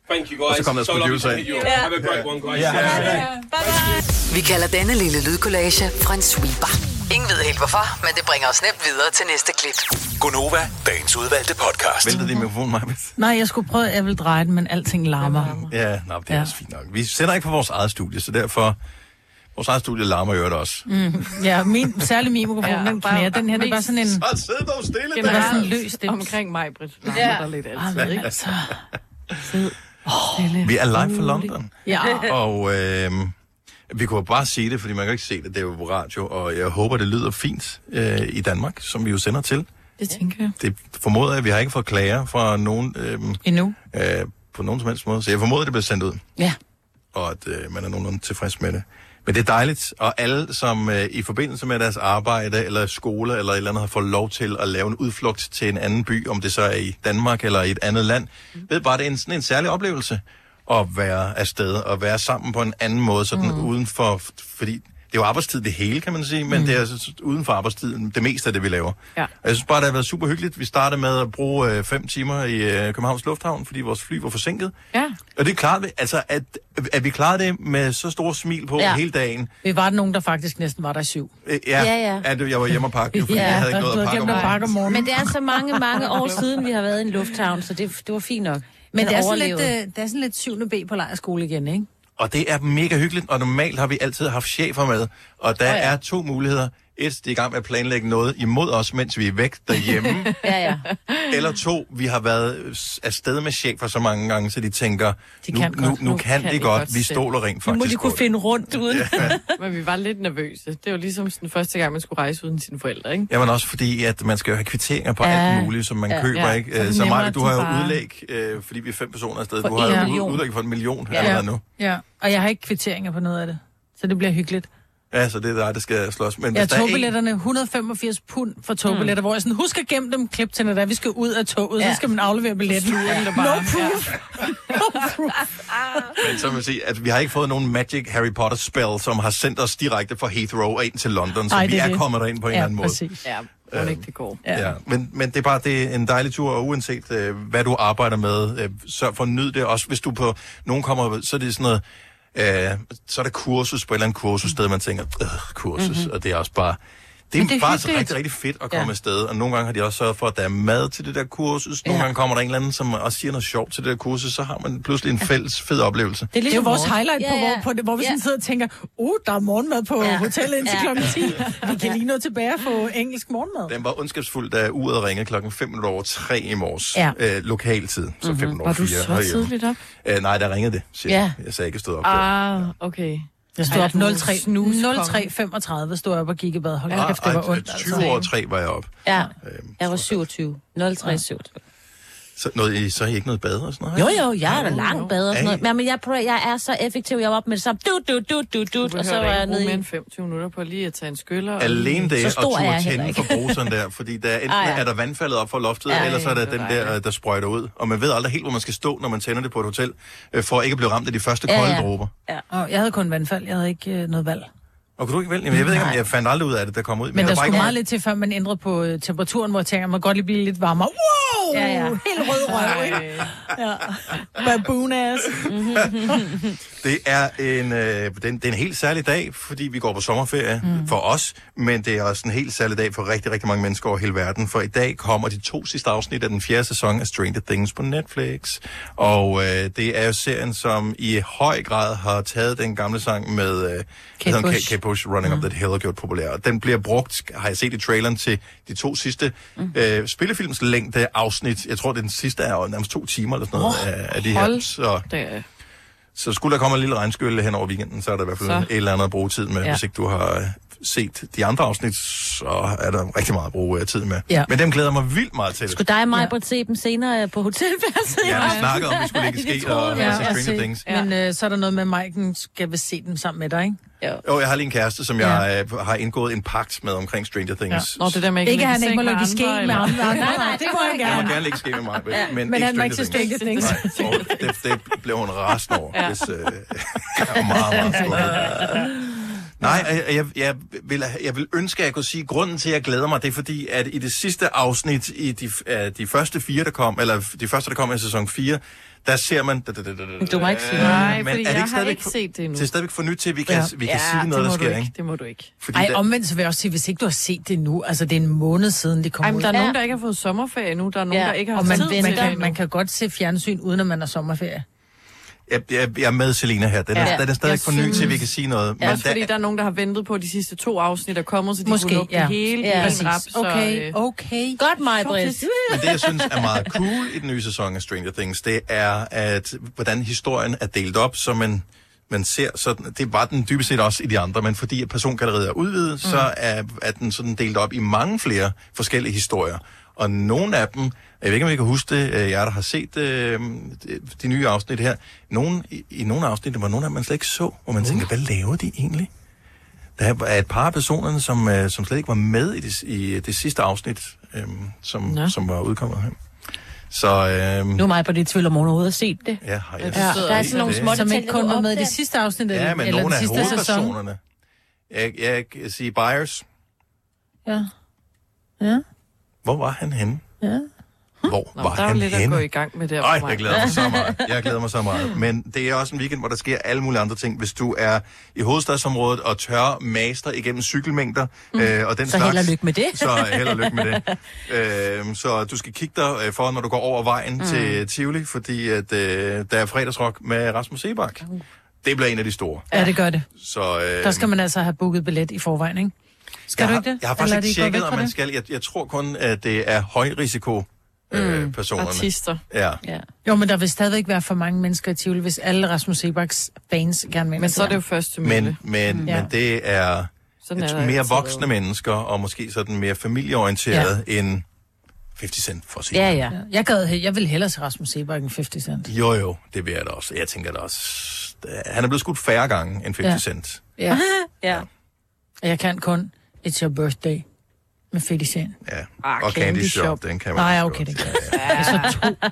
F: Thank you
A: Og så kom deres producer ind.
F: Have a great one, guys.
E: Vi kalder denne lille lydkollage en sweeper. Ingen ved helt hvorfor, men det bringer os nemt videre til næste klip.
K: Gonova, dagens udvalgte podcast.
A: Væltede din mikrofon, Marvitt?
B: Nej, jeg skulle prøve, at jeg ville dreje den, men alting larmer.
A: Ja, nå, det er
B: Ja.
A: ja. også fint nok. Vi sender ikke fra vores eget studie, så derfor... Vores eget studie larmer i øvrigt også.
B: Mm. Ja, min, særlig min mikrofon, ja, den knæer. Den her, det var sådan en...
A: Så sid dog stille,
B: Det var sådan en løs
D: Generelt
B: dims.
D: omkring mig, Britt. Ja.
B: Ja.
D: Der lidt altid,
A: Jamen,
D: ikke?
A: altså. Vi er live fra London.
B: Ja.
A: Og øh, vi kunne jo bare sige det, fordi man kan jo ikke se det. Det er jo på radio, og jeg håber, det lyder fint øh, i Danmark, som vi jo sender til.
D: Det tænker jeg.
A: Det formoder jeg, vi har ikke fået klager fra nogen... Øh,
B: Endnu.
A: Øh, på nogen som helst måde. Så jeg formoder, det bliver sendt ud.
B: Ja.
A: og at øh, man er nogenlunde tilfreds med det. Men det er dejligt, og alle, som øh, i forbindelse med deres arbejde eller skole eller et eller andet, har fået lov til at lave en udflugt til en anden by, om det så er i Danmark eller i et andet land, ved bare, det er en, sådan en særlig oplevelse at være afsted og være sammen på en anden måde, sådan mm. uden for, fordi det er jo arbejdstid det hele, kan man sige, men mm. det er altså uden for arbejdstiden det meste af det, vi laver.
D: Ja.
A: Og jeg synes bare, det har været super hyggeligt. Vi startede med at bruge øh, fem timer i øh, Københavns Lufthavn, fordi vores fly var forsinket.
D: Ja.
A: Og det er klart, altså, at, at vi klarede det med så stor smil på
B: Ja.
A: ja. hele dagen.
B: Vi var nogen, der faktisk næsten var der i syv.
A: Øh,
B: Ja, ja.
A: At jeg var hjemme og pakke, fordi ja. jeg havde ikke noget at pakke om. morgenen.
C: Men det er så mange, mange år siden, vi har været i en lufthavn, så det, det var fint nok.
B: Men det er, sådan lidt,
C: overlevede.
B: øh, det er sådan lidt 7. B på lejerskole igen, ikke?
A: Og det er mega hyggeligt, og normalt har vi altid haft chefer med. Og der oh, ja. er to muligheder. Et, de er i gang med at planlægge noget imod os, mens vi er væk derhjemme.
C: Ja, ja.
A: Eller to, vi har været øh, afsted med chefer så mange gange, så de tænker, de
D: kan
A: nu, nu,
D: godt.
A: nu kan de godt, vi
D: selv.
A: stoler rent faktisk på det.
C: finde rundt uden.
A: Ja.
D: Men vi var lidt nervøse. Det var ligesom den første gang, man skulle rejse uden sine forældre, ikke?
A: Jamen også fordi, at man skal jo have kvitteringer på
D: Ja.
A: ja. alt muligt, som man
D: Ja.
A: ja. køber,
D: Ja.
A: ja. ikke?
D: Så er
A: Øh,
D: det
A: Så
D: nemmere,
A: Maja, du
D: at
A: har
D: de
A: jo
D: bare-
A: udlæg, øh, fordi vi er fem personer afsted.
B: For
A: Du
B: en
A: har jo
B: million.
A: ud- udlæg for en million ja. allerede nu.
B: Ja, og jeg har ikke kvitteringer på noget af det. Så det bliver hyggeligt.
A: Ja, så det er dig, der skal slås. Men
B: Ja,
A: hvis der er en,
B: togbilletterne, 185 pund for togbilletter, mm. hvor jeg sådan, husk at gemme dem, klip til, når det er, vi skal ud af toget, ja.
D: Ja.
B: så skal man aflevere billetten.
D: Sluger den der
B: No
D: bare.
B: proof. no proof.
A: men så vil jeg sige, at vi har ikke fået nogen Magic Harry Potter spell, som har sendt os direkte fra Heathrow og ind til London, så
B: Ej,
A: vi
B: det
A: er
B: det.
A: kommet derind på en
B: ja,
A: eller anden måde.
B: Præcis.
D: Ja,
A: må
D: øhm,
A: det
D: ikke det går.
A: Ja. ja. Men, men det er bare det er en dejlig tur, og uanset øh, hvad du arbejder med, øh, sørg for at nyde det. Også hvis du på, nogen kommer, så er det sådan noget, øh, så er der kursus på et eller andet kursussted, man tænker, øh, kursus, mm-hmm. og det er også bare... Det er,
B: Mhm. Men
A: det
B: det er
A: er faktisk
B: hyggeligt.
A: rigtig, rigtig fedt at komme
B: Ja.
A: ja. afsted, og nogle gange har de også sørget for, at der er mad til det der kursus. Nogle
B: Ja.
A: ja. gange kommer der en eller anden, som også siger noget sjovt til det der kursus, så har man pludselig en fælles fed oplevelse.
B: Det er, ligesom det er jo vores
C: vores-
B: highlight, på,
C: Ja,
B: hvor,
C: ja.
B: på det, hvor vi sådan
C: Ja.
B: sidder og tænker, uh, der er morgenmad på
C: Ja.
B: hotellet indtil
C: Ja.
B: klokken 10. Vi kan lige nå tilbage og få engelsk morgenmad.
A: Den var ondskabsfuld, da uret ringede klokken 5 minutter over 3 i morges.
B: Ja. Mhm.
A: Øh, lokaltid, så 5 minutter
D: Var
A: over
D: du
A: 4
D: så
A: herhjemme.
D: tidligt op?
A: Øh, nej, der ringede det. Shit.
B: Ja.
A: Ja. Jeg sagde ikke, jeg stod op. Ah,
D: Ah, okay.
B: Jeg stod
D: Ej,
B: op
D: du er
B: 03
D: snuskonge.
B: 03.35, stod jeg op og gik i bad. Hold
A: ah,
B: kæft, det var
A: ah,
B: ondt.
C: altså,
B: altså.
A: 20 over 3 var jeg op.
C: Ja,
B: Øhm,
C: jeg var 27. 03, 27.
A: Så, noget, I- så er I ikke noget bad og sådan noget?
C: Jo,
A: ikke?
C: jo, jeg er da langt bedre og sådan noget.
A: Ej.
C: Men, men jeg, prøver, jeg er så effektiv. Jeg var op med det samme. Du, du, du, du, du,
D: Du
C: og så
D: behøver
C: var
D: da
C: jeg
D: ikke
C: nede
D: bruge mere end
C: i...
D: 25 minutter på lige at tage en skyller. og-
A: Alene det,
C: Så
A: og
C: stor er
A: turde
C: jeg heller
A: tænde for
C: ikke.
A: bruseren der, fordi der, enten
C: Ah, ja.
A: er der vandfaldet op fra loftet,
C: Ja,
A: ja, eller så er der
C: det er
A: den der, der sprøjter ud. Og man ved aldrig helt, hvor man skal stå, når man tænder det på et hotel, øh, for ikke at blive ramt af de første kolde dråber.
C: Ja.
B: Og jeg havde kun vandfald, jeg havde ikke øh, noget valg.
A: Og kunne du ikke vælge? Jamen, jeg ved ikke, om jeg fandt aldrig ud af det, der kom ud.
B: Men
A: jeg
B: der
A: havde bare
B: skulle
A: ikke-
B: meget lidt til, før man ændrede på øh, temperaturen, hvor jeg tænker, man må godt lige blive lidt varmere.
I: Oh!
B: Wow!
C: Ja, ja.
B: Helt rød røv, ikke? Ja. Baboon ass.
A: Det er en, øh, den, det er en helt særlig dag, fordi vi går på sommerferie
B: Mm.
A: mm. for os, men det er også en helt særlig dag for rigtig, rigtig mange mennesker over hele verden, for i dag kommer de to sidste afsnit af den fjerde sæson af Stranger Things på Netflix, og øh, det er jo serien, som i høj grad har taget den gamle sang med øh,
M: Kate
A: hedder hun
M: Bush.
A: Kate Bush Running mm. Up That Hill og gjort populær, og den bliver brugt, har jeg set i traileren, til de to sidste mm. øh, spillefilms længde afsnit, jeg tror, det er den sidste er jo nærmest to timer eller sådan noget
D: Åh,
A: af, af de her,
D: hold
A: så...
D: Det,
A: Så skulle der komme en lille regnskyld hen over weekenden, så er der i hvert fald
D: Så.
A: så. et eller andet at bruge tid med.
D: Ja.
A: Ja. Hvis ikke du har øh, set de andre afsnit, så er der rigtig meget at bruge øh, tid med.
C: Ja.
A: Men dem glæder jeg mig vildt meget til.
C: Skulle dig og mig ja. se dem senere øh, på hotelværelset? i
A: Ja, vi
C: aften?
A: snakkede om, det skulle ligge i
C: Det
A: ske,
C: troede
A: og-
C: vi.
A: Ja, altså Stranger Things.
B: Ja. Men øh, så er der noget med, at Maiken skal vil se dem sammen med dig, ikke?
A: Jo, jeg har lige en kæreste, som jeg øh, har indgået en pakt med omkring Stranger Things.
B: Nå, det der med ikke Ikke, at han ikke må ligge i ske med andre. eller- Nej, nej, det må han
A: Jeg må
B: gerne.
A: gerne ikke ske med mig,
B: Ja.
A: men,
B: Men
A: ikke
B: han må ikke se Stranger Things.
A: Nej, og det, det blev hun rasende over,
B: Ja.
A: ja. hvis øh, jeg var meget, meget skuffet. Nej, jeg, jeg, jeg, vil, jeg vil ønske, at jeg kunne sige, at grunden til, at jeg glæder mig, det er fordi, at i det sidste afsnit, i de, af de første fire, der kom, eller de første, der kom i sæson 4, der ser man...
D: du må ikke sige det.
A: øh,
D: Nej, fordi jeg har
A: stadigvæk
D: ikke
A: for-
D: set det endnu.
A: Det er stadigvæk for nyt til, at vi kan, ja. vi kan
D: Ja,
A: sige noget,
D: det
A: der
D: må du
A: sker,
D: ikke.
A: ikke?
D: Det må du ikke.
A: Fordi
B: Ej,
A: der-
B: omvendt så vil jeg også sige, hvis ikke du har set det nu, altså det er en måned siden, det kom
D: Ej,
B: ud.
D: men der er nogen, der ikke har fået sommerferie nu. Der er nogen, ja. der ikke har
B: og man,
D: tid til
B: venter,
D: det
B: man kan godt se fjernsyn, uden at man har sommerferie.
A: Jeg, jeg, jeg er med Selina her. Den er,
D: Ja.
A: ja. den er stadig
D: Jeg
A: for ny til, at vi
D: synes-
A: kan sige noget.
D: Ja, også
A: der-
D: Altså, fordi der er nogen, der har ventet på, at de sidste to afsnit er kommet, så de
B: Måske,
D: kunne lukke
B: ja.
D: det hele
B: Ja,
D: i
B: præcis.
D: en rap. Så,
B: Okay,
D: øh,
B: okay. Godt mig, Britt.
A: Men det, jeg synes er meget cool i den nye sæson af Stranger Things, det er, at hvordan historien er delt op, så man, man ser sådan, det var den dybest set også i de andre, men fordi at persongalleriet er udvidet, mm. så er, er den sådan delt op i mange flere forskellige historier. Og nogle af dem, jeg ved ikke, om I kan huske det, øh, jer, der har set øh, de- de nye afsnit her, nogle, i, i nogle afsnit var nogle af dem, man slet ikke så, hvor man tænker, hvad laver de egentlig? Der er et par af personerne, som, øh, som slet ikke var med i det, i det sidste afsnit, øh, som, som var udkommet her. Så øh,
C: Nu er mig på det tvivl, om hun overhovedet har set det.
A: ja, har jeg
C: Ja,
A: set
C: der er
A: det?
C: sådan nogle små
B: Som
C: detaljer,
B: ikke kun
C: du
B: var med i
C: opdager.
B: det sidste afsnit,
A: Ja,
B: eller,
A: men
B: eller
A: nogle
B: den
A: af
B: sidste sæson.
A: hovedpersonerne. Jeg, jeg kan sige Byers.
B: Ja. Ja,
A: Hvor var han henne?
B: ja.
A: Hvor
D: Nå,
A: var
D: der er jo
A: han
D: lidt at
A: henne?
D: gå i gang med der.
A: Ej,
D: for mig.
A: jeg glæder mig så meget. Jeg glæder mig så meget. Men det er også en weekend, hvor der sker alle mulige andre ting. Hvis du er i hovedstadsområdet og tør master igennem cykelmængder
C: Mm.
A: øh, og den
C: Så
A: slags...
C: held og lykke med det.
A: Så held og lykke med det. Øh, så du skal kigge dig øh, for, når du går over vejen mm. til Tivoli, fordi at, øh, der er fredagsrock med Rasmus Sebak. Det bliver en af de store.
B: Ja, det gør det.
A: Så, øh,
B: Der skal man altså have booket billet i forvejen, ikke? Skal
A: jeg
B: du
A: har,
B: ikke det?
A: Jeg har faktisk
B: Eller er
A: ikke
B: de gået væk
A: tjekket, om
B: fra
A: man
B: det?
A: skal. Jeg, jeg tror kun, at det er højrisiko
B: Mm.
A: øh, personerne.
D: Artister.
A: Ja.
D: Ja.
B: Jo, men der vil stadigvæk være for mange mennesker i Tivoli, hvis alle Rasmus Sebaks fans gerne vil.
D: Men så er det jo første møde.
A: Men, men,
B: Mm. Ja.
A: men det er,
D: Sådan
A: sådan
D: er
A: er
D: der
A: mere
D: altid
A: voksne mennesker, og måske sådan mere familieorienteret ja. end 50 Cent, for at sige
B: Ja,
A: det.
B: ja. Jeg, gad, jeg vil hellere se Rasmus Sebak end 50 Cent.
A: Jo, jo, det vil jeg da også. Jeg tænker da også... øh, Han er blevet skudt færre gange end 50
B: Ja.
A: ja. Cent.
B: Ja.
C: ja.
B: Og jeg kan kun It's Your Birthday med 50 Cent.
A: Ja.
B: Ah,
A: og Candy,
B: Candy
A: Shop,
B: Shop.
A: den kan man
B: Nej,
A: også
B: okay,
A: godt.
B: det kan
A: ja.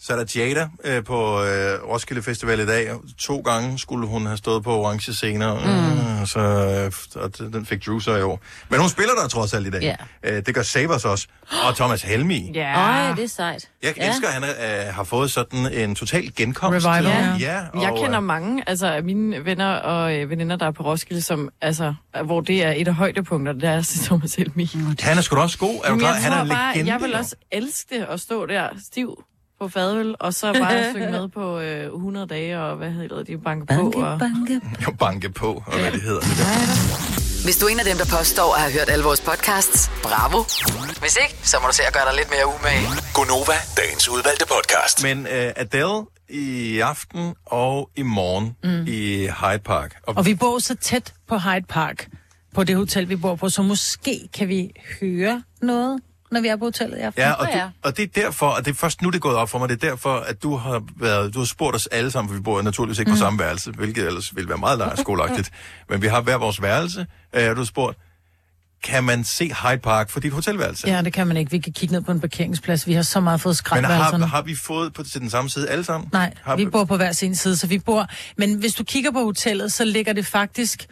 A: Så er der Jada øh, på øh, Roskilde Festival i dag. To gange skulle hun have stået på orange scener, mm. øh, så, øh, og den- den fik Drew så i år. Men hun spiller der trods alt i dag.
C: Ja.
A: Øh, det gør Sabers også. Og Thomas Helmi.
C: Ja. Ej, det er sejt.
A: Jeg
C: ja.
A: elsker, at han øh, har fået sådan en total genkomst.
D: Revival.
A: Ja, og,
D: jeg kender
A: øh,
D: mange altså, af mine venner og øh, veninder, der er på Roskilde, som, altså, hvor det er et af højdepunkterne, det er Thomas Helmi.
A: Han er sgu da også god. Er du
D: Jamen,
A: klar?
D: jeg
A: Han
D: tror
A: er en
D: bare,
A: legende.
D: jeg vil
A: jo.
D: også elske det at stå der stiv på fadøl, og så bare synge med på øh, 100 dage, og hvad hedder det, de banker på. Og...
C: banke.
A: Jo, banke på, og hvad det hedder.
E: Hvis du er en af dem, der påstår at have hørt alle vores podcasts, bravo. Hvis ikke, så må du se at gøre dig lidt mere umage.
K: Gonova, dagens udvalgte podcast.
A: Men uh, Adele i aften og i morgen mm. i Hyde Park.
B: Og vi bor så tæt på Hyde Park, på det hotel, vi bor på, så måske kan vi høre noget, når vi er på hotellet i aften.
A: Ja, og, du, og det er derfor, og det er først nu, det er gået op for mig, det er derfor, at du har, været, du har spurgt os alle sammen, for vi bor naturligvis ikke mm. på samme værelse, hvilket ellers ville være meget langt skoleagtigt, men vi har hver vores værelse, øh, og du har spurgt, kan man se Hyde Park fra dit hotelværelse?
B: Ja, det kan man ikke. Vi kan kigge ned på en parkeringsplads. Vi har så meget fået
A: men
B: skraldværelserne.
A: har, har vi fået på til den samme side alle sammen?
B: Nej,
A: har,
B: vi bor på hver sin side, så vi bor... Men hvis du kigger på hotellet, så ligger det faktisk...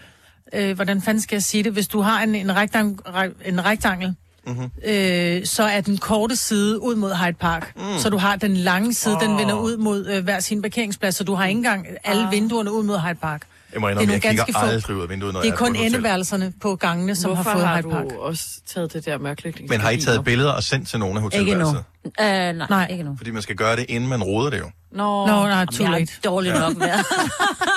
B: øh, hvordan fanden skal jeg sige det, hvis du har en, en, rektang, re- en rektangel,
A: Mm-hmm.
B: øh, så er den korte side ud mod Hyde Park.
A: Mm.
B: Mm. Så du har den lange side, oh. den
A: Åh. Ah.
B: vender ud mod øh, hver sin parkeringsplads, så du har ikke engang alle vinduerne ud mod Hyde Park.
A: Jeg må
B: Det er
A: indrømme,
B: nogle
A: jeg kigger
B: ganske få.
A: aldrig ud af vinduet, når
B: det er
A: jeg på
B: kun
A: et hotel.
B: endeværelserne på gangene, som
D: Hvorfor
B: har fået
D: har
B: Hyde Park.
D: du også taget det der mørklægning?
A: Men har I taget billeder og sendt til nogen af hotelværelset?
C: Uh, nej, nej, ikke nu.
A: Fordi man skal gøre det, inden man roder det jo.
D: Nå,
C: Nå
B: nej,
C: too late. dårligt nok været.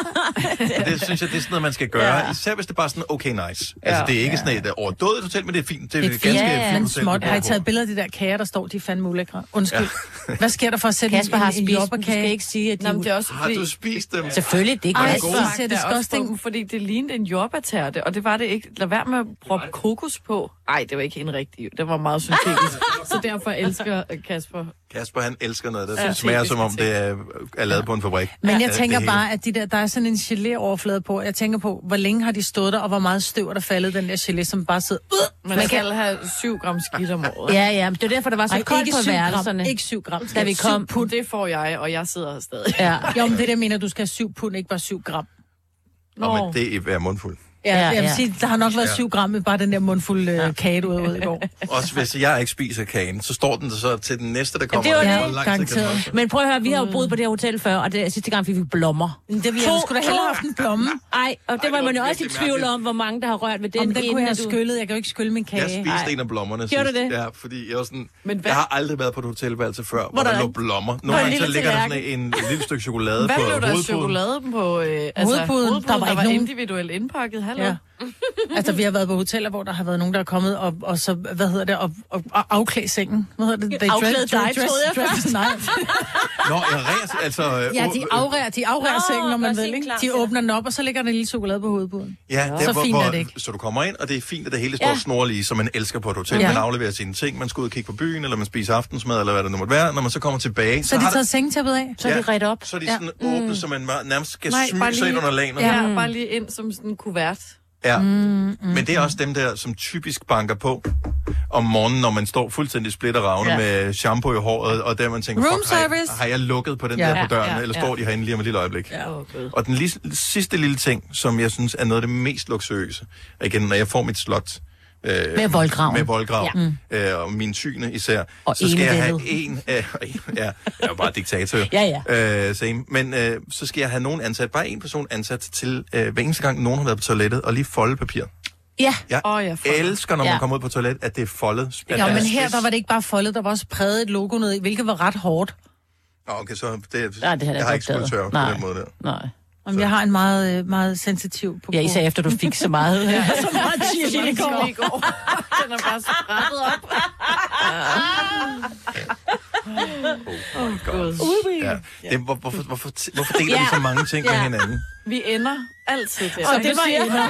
A: Og det synes jeg, det er sådan noget, man skal gøre. Ja. Især hvis det bare er sådan, okay, nice. Altså,
B: Ja.
A: det er ikke sådan et øh, overdådigt hotel, men det er fint. Det er et
B: fint,
A: ganske
B: ja,
A: fint
B: men
A: hotel.
B: småt.
A: du
B: Har I
A: bor på.
B: taget billeder af de der kager, der står, de er fandme ulækre? Undskyld. Ja. Hvad sker der for at sætte
C: Kasper har
B: en, en
C: spist dem. Du skal
B: jobberkage?
C: ikke sige, at de
B: Nå, men det er også
A: Har du spist dem?
C: Selvfølgelig, det er
D: Ej,
C: ikke
D: så
C: gode.
D: smagte
B: ser
D: det også
B: disgusting.
D: på, fordi det lignede en jordbærtærte, og det var det ikke. Lad være med at proppe kokos på. Nej, det var ikke en rigtig. Det var meget syntetisk. så derfor elsker øh, Kasper.
A: Kasper, han elsker noget, der
D: Ja.
A: ja, smager, som om det er, er lavet på en fabrik.
B: Men
A: Ja,
B: jeg
A: det
B: tænker
A: hele.
B: bare, at de der, der er sådan en gelé-overflade på. Jeg tænker på, hvor længe har de stået der, og hvor meget støv er der faldet den der gelé, som bare sidder... Øh,
D: Man skal have 7 gram skidt om året.
C: Ja, ja, men det er derfor, der var så
B: Ej,
C: koldt
B: ikke
C: på
B: syv gram.
C: værelserne.
B: Ikke 7 gram.
C: Da vi kom.
D: Put. Det får jeg, og jeg sidder her stadig.
C: Ja.
B: Jo, men det der mener, du skal have 7 pund, ikke bare 7 gram.
A: Nå, men det er hver mundfuld.
B: Ja,
A: Ja,
B: jeg vil
A: ja.
B: sige, der har nok været
A: Ja.
B: 7 gram med bare den der mundfuld øh, kage, du havde ude i går.
A: Også hvis jeg ikke spiser kagen, så står den der så til den næste, der
C: Ja,
A: kommer.
C: det var
A: og hvor
C: det.
A: lang tid kan den holde sig?
C: Garanteret. Men prøv at høre, vi har jo boet på det her hotel før, og det er sidste gang fik Mm. vi blommer.
B: Det ville jeg skulle da hellere have haft en blomme.
C: Ej, og
B: Ej,
C: det var
B: det
C: man
B: var
C: jo også i
B: virkelig
C: tvivl
B: mærkeligt.
C: om, hvor mange der har rørt ved den.
B: Om den kunne
C: inden
B: jeg
C: at
B: have
C: du-
B: skyllet. Jeg kan jo ikke skylle min kage.
A: Jeg spiste
B: Ej.
A: en af blommerne
B: Gjorde
A: sidst.
B: du det?
A: Ja, fordi jeg var sådan...
B: Men hvad-
A: jeg har aldrig været på et hotelværelse før, hvor,
B: Hvor
A: der,
B: der
A: lå
B: ikke-
A: blommer.
B: Hvor
A: Nogle
B: en
A: gange så
B: lille
A: ligger der sådan en, en lille stykke chokolade
D: Hvad
A: på
D: blev der af
A: hovedpuden.
D: chokolade på øh, altså,
B: Hovedpuden?
D: hovedpuden? Der var, der var
B: ikke nogen-
D: individuelt indpakket. Hallo.
B: Ja. Altså, vi har været på hoteller, hvor der har været nogen, der er kommet og, og så, hvad hedder det, og, og, og afklæde sengen. Hvad hedder det?
C: Afklæde dig, troede jeg først.
B: Nej.
A: Nå, jeg ræs, altså... øh,
B: Ja,
A: åh,
B: de afrærer, de afrærer
C: Nå,
B: sengen, når
C: gør
B: man
C: sin
B: vil, ikke?
C: klar,
B: De
C: ja.
B: åbner den op, og så ligger der en lille chokolade på hovedpuden.
A: Ja, der,
B: så
A: hvor,
B: fint
A: hvor,
B: er det ikke.
A: Så du kommer ind, og det er fint, at det hele står
B: Ja.
A: ja. snorlige, som man elsker på et hotel.
B: Ja.
A: Ja. Man afleverer sine ting, man skal ud og kigge på byen, eller man spiser aftensmad, eller hvad det nu måtte være. Når man så kommer tilbage,
B: Så, så de
A: har
B: tager sengetæppet af?
A: Så er de Ja,
C: ret op.
A: så er de sådan ja.
B: Mm.
A: åbne, så man mar- nærmest skal
D: Nej,
A: smyge
D: bare
A: sig ind under
D: lige,
A: lagene.
C: Mm.
D: ja, Mm. bare lige ind som sådan en kuvert.
A: Ja.
B: Mm,
A: Men det er også dem der, som typisk banker på om morgenen, når man står fuldstændig splitteravne
D: Ja.
A: ja. med shampoo i håret, og der man tænker,
B: Room
A: fuck, har jeg,
B: service."
A: har jeg lukket på den
B: Ja.
A: der
B: Ja,
A: på døren,
B: ja,
A: eller
B: ja.
A: står de herinde lige om et lille øjeblik?
D: Ja, okay.
A: Og den li- sidste lille ting, som jeg synes er noget af det mest luksuriøse, og igen, når jeg får mit slot, øh,
C: Med voldgraven.
A: Med voldgrav.
C: Ja.
B: Mm.
A: Ja. Øh, og mine syne især.
C: Og
A: så skal jeg have
C: enevældet.
A: en... Øh, ja, jeg er jo bare diktator.
C: Ja,
A: ja. Øh, same. Men øh, så skal jeg have nogen ansat, bare en person ansat til øh, hver eneste gang, nogen har været på toilettet, og lige folde papir.
C: Ja.
A: Jeg
D: oh, ja,
A: elsker, når man
B: Ja.
A: kommer ud på toilettet, at det er foldet. At
B: Ja,
A: er
B: men
C: altså,
B: her,
A: spids.
B: der var det ikke bare foldet, der var også præget et logo ned i, hvilket var ret hårdt.
A: Nå, okay, så det,
B: Nej, det har jeg
A: jeg har
B: ikke
A: ikke skulle
B: opdaget.
A: tørre på
B: Nej.
A: den måde der.
C: Nej.
B: Om jeg har en meget, øh, meget sensitiv på
C: Ja, især efter du fik så meget. så meget chili i går.
D: går. Den er bare sprættet op.
A: Oh my God. Ja. Det, hvor, hvorfor, hvorfor, hvorfor deler
D: Ja.
A: vi så mange ting med
D: Ja.
A: hinanden?
D: Vi ender altid der.
C: Og det var ender.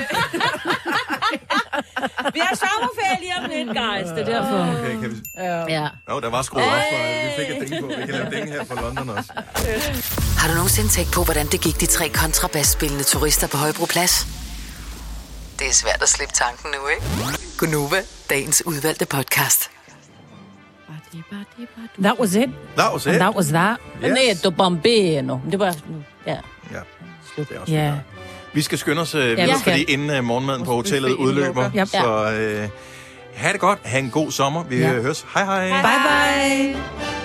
C: Vi har sommerferie lige om lidt, guys. Det er derfor. Øh.
A: Okay, kan vi...
C: Ah. Ja.
A: Nå, der var skruet op, for vi fik et ding på. Vi kan lave ding her fra London også.
E: Har du nogensinde tænkt på, hvordan det gik de tre kontrabasspillende turister på Højbroplads? Det er svært at slippe tanken nu, ikke? Gunova, dagens udvalgte podcast.
C: That was it.
A: That was it.
C: And that was that.
A: Yes.
C: Netto Bambino. Det var... Ja.
A: Ja. Det er også
C: Ja.
A: Vi skal skynde os øh,
C: vi
A: videre,
C: skal.
A: fordi inden øh, morgenmaden på hotellet
C: buffet
A: udløber.
C: lukker. Yep.
A: Så øh, ha' det godt. Ha' en god sommer. Vi
C: Ja.
A: øh, høres. Hej hej.
B: Bye bye.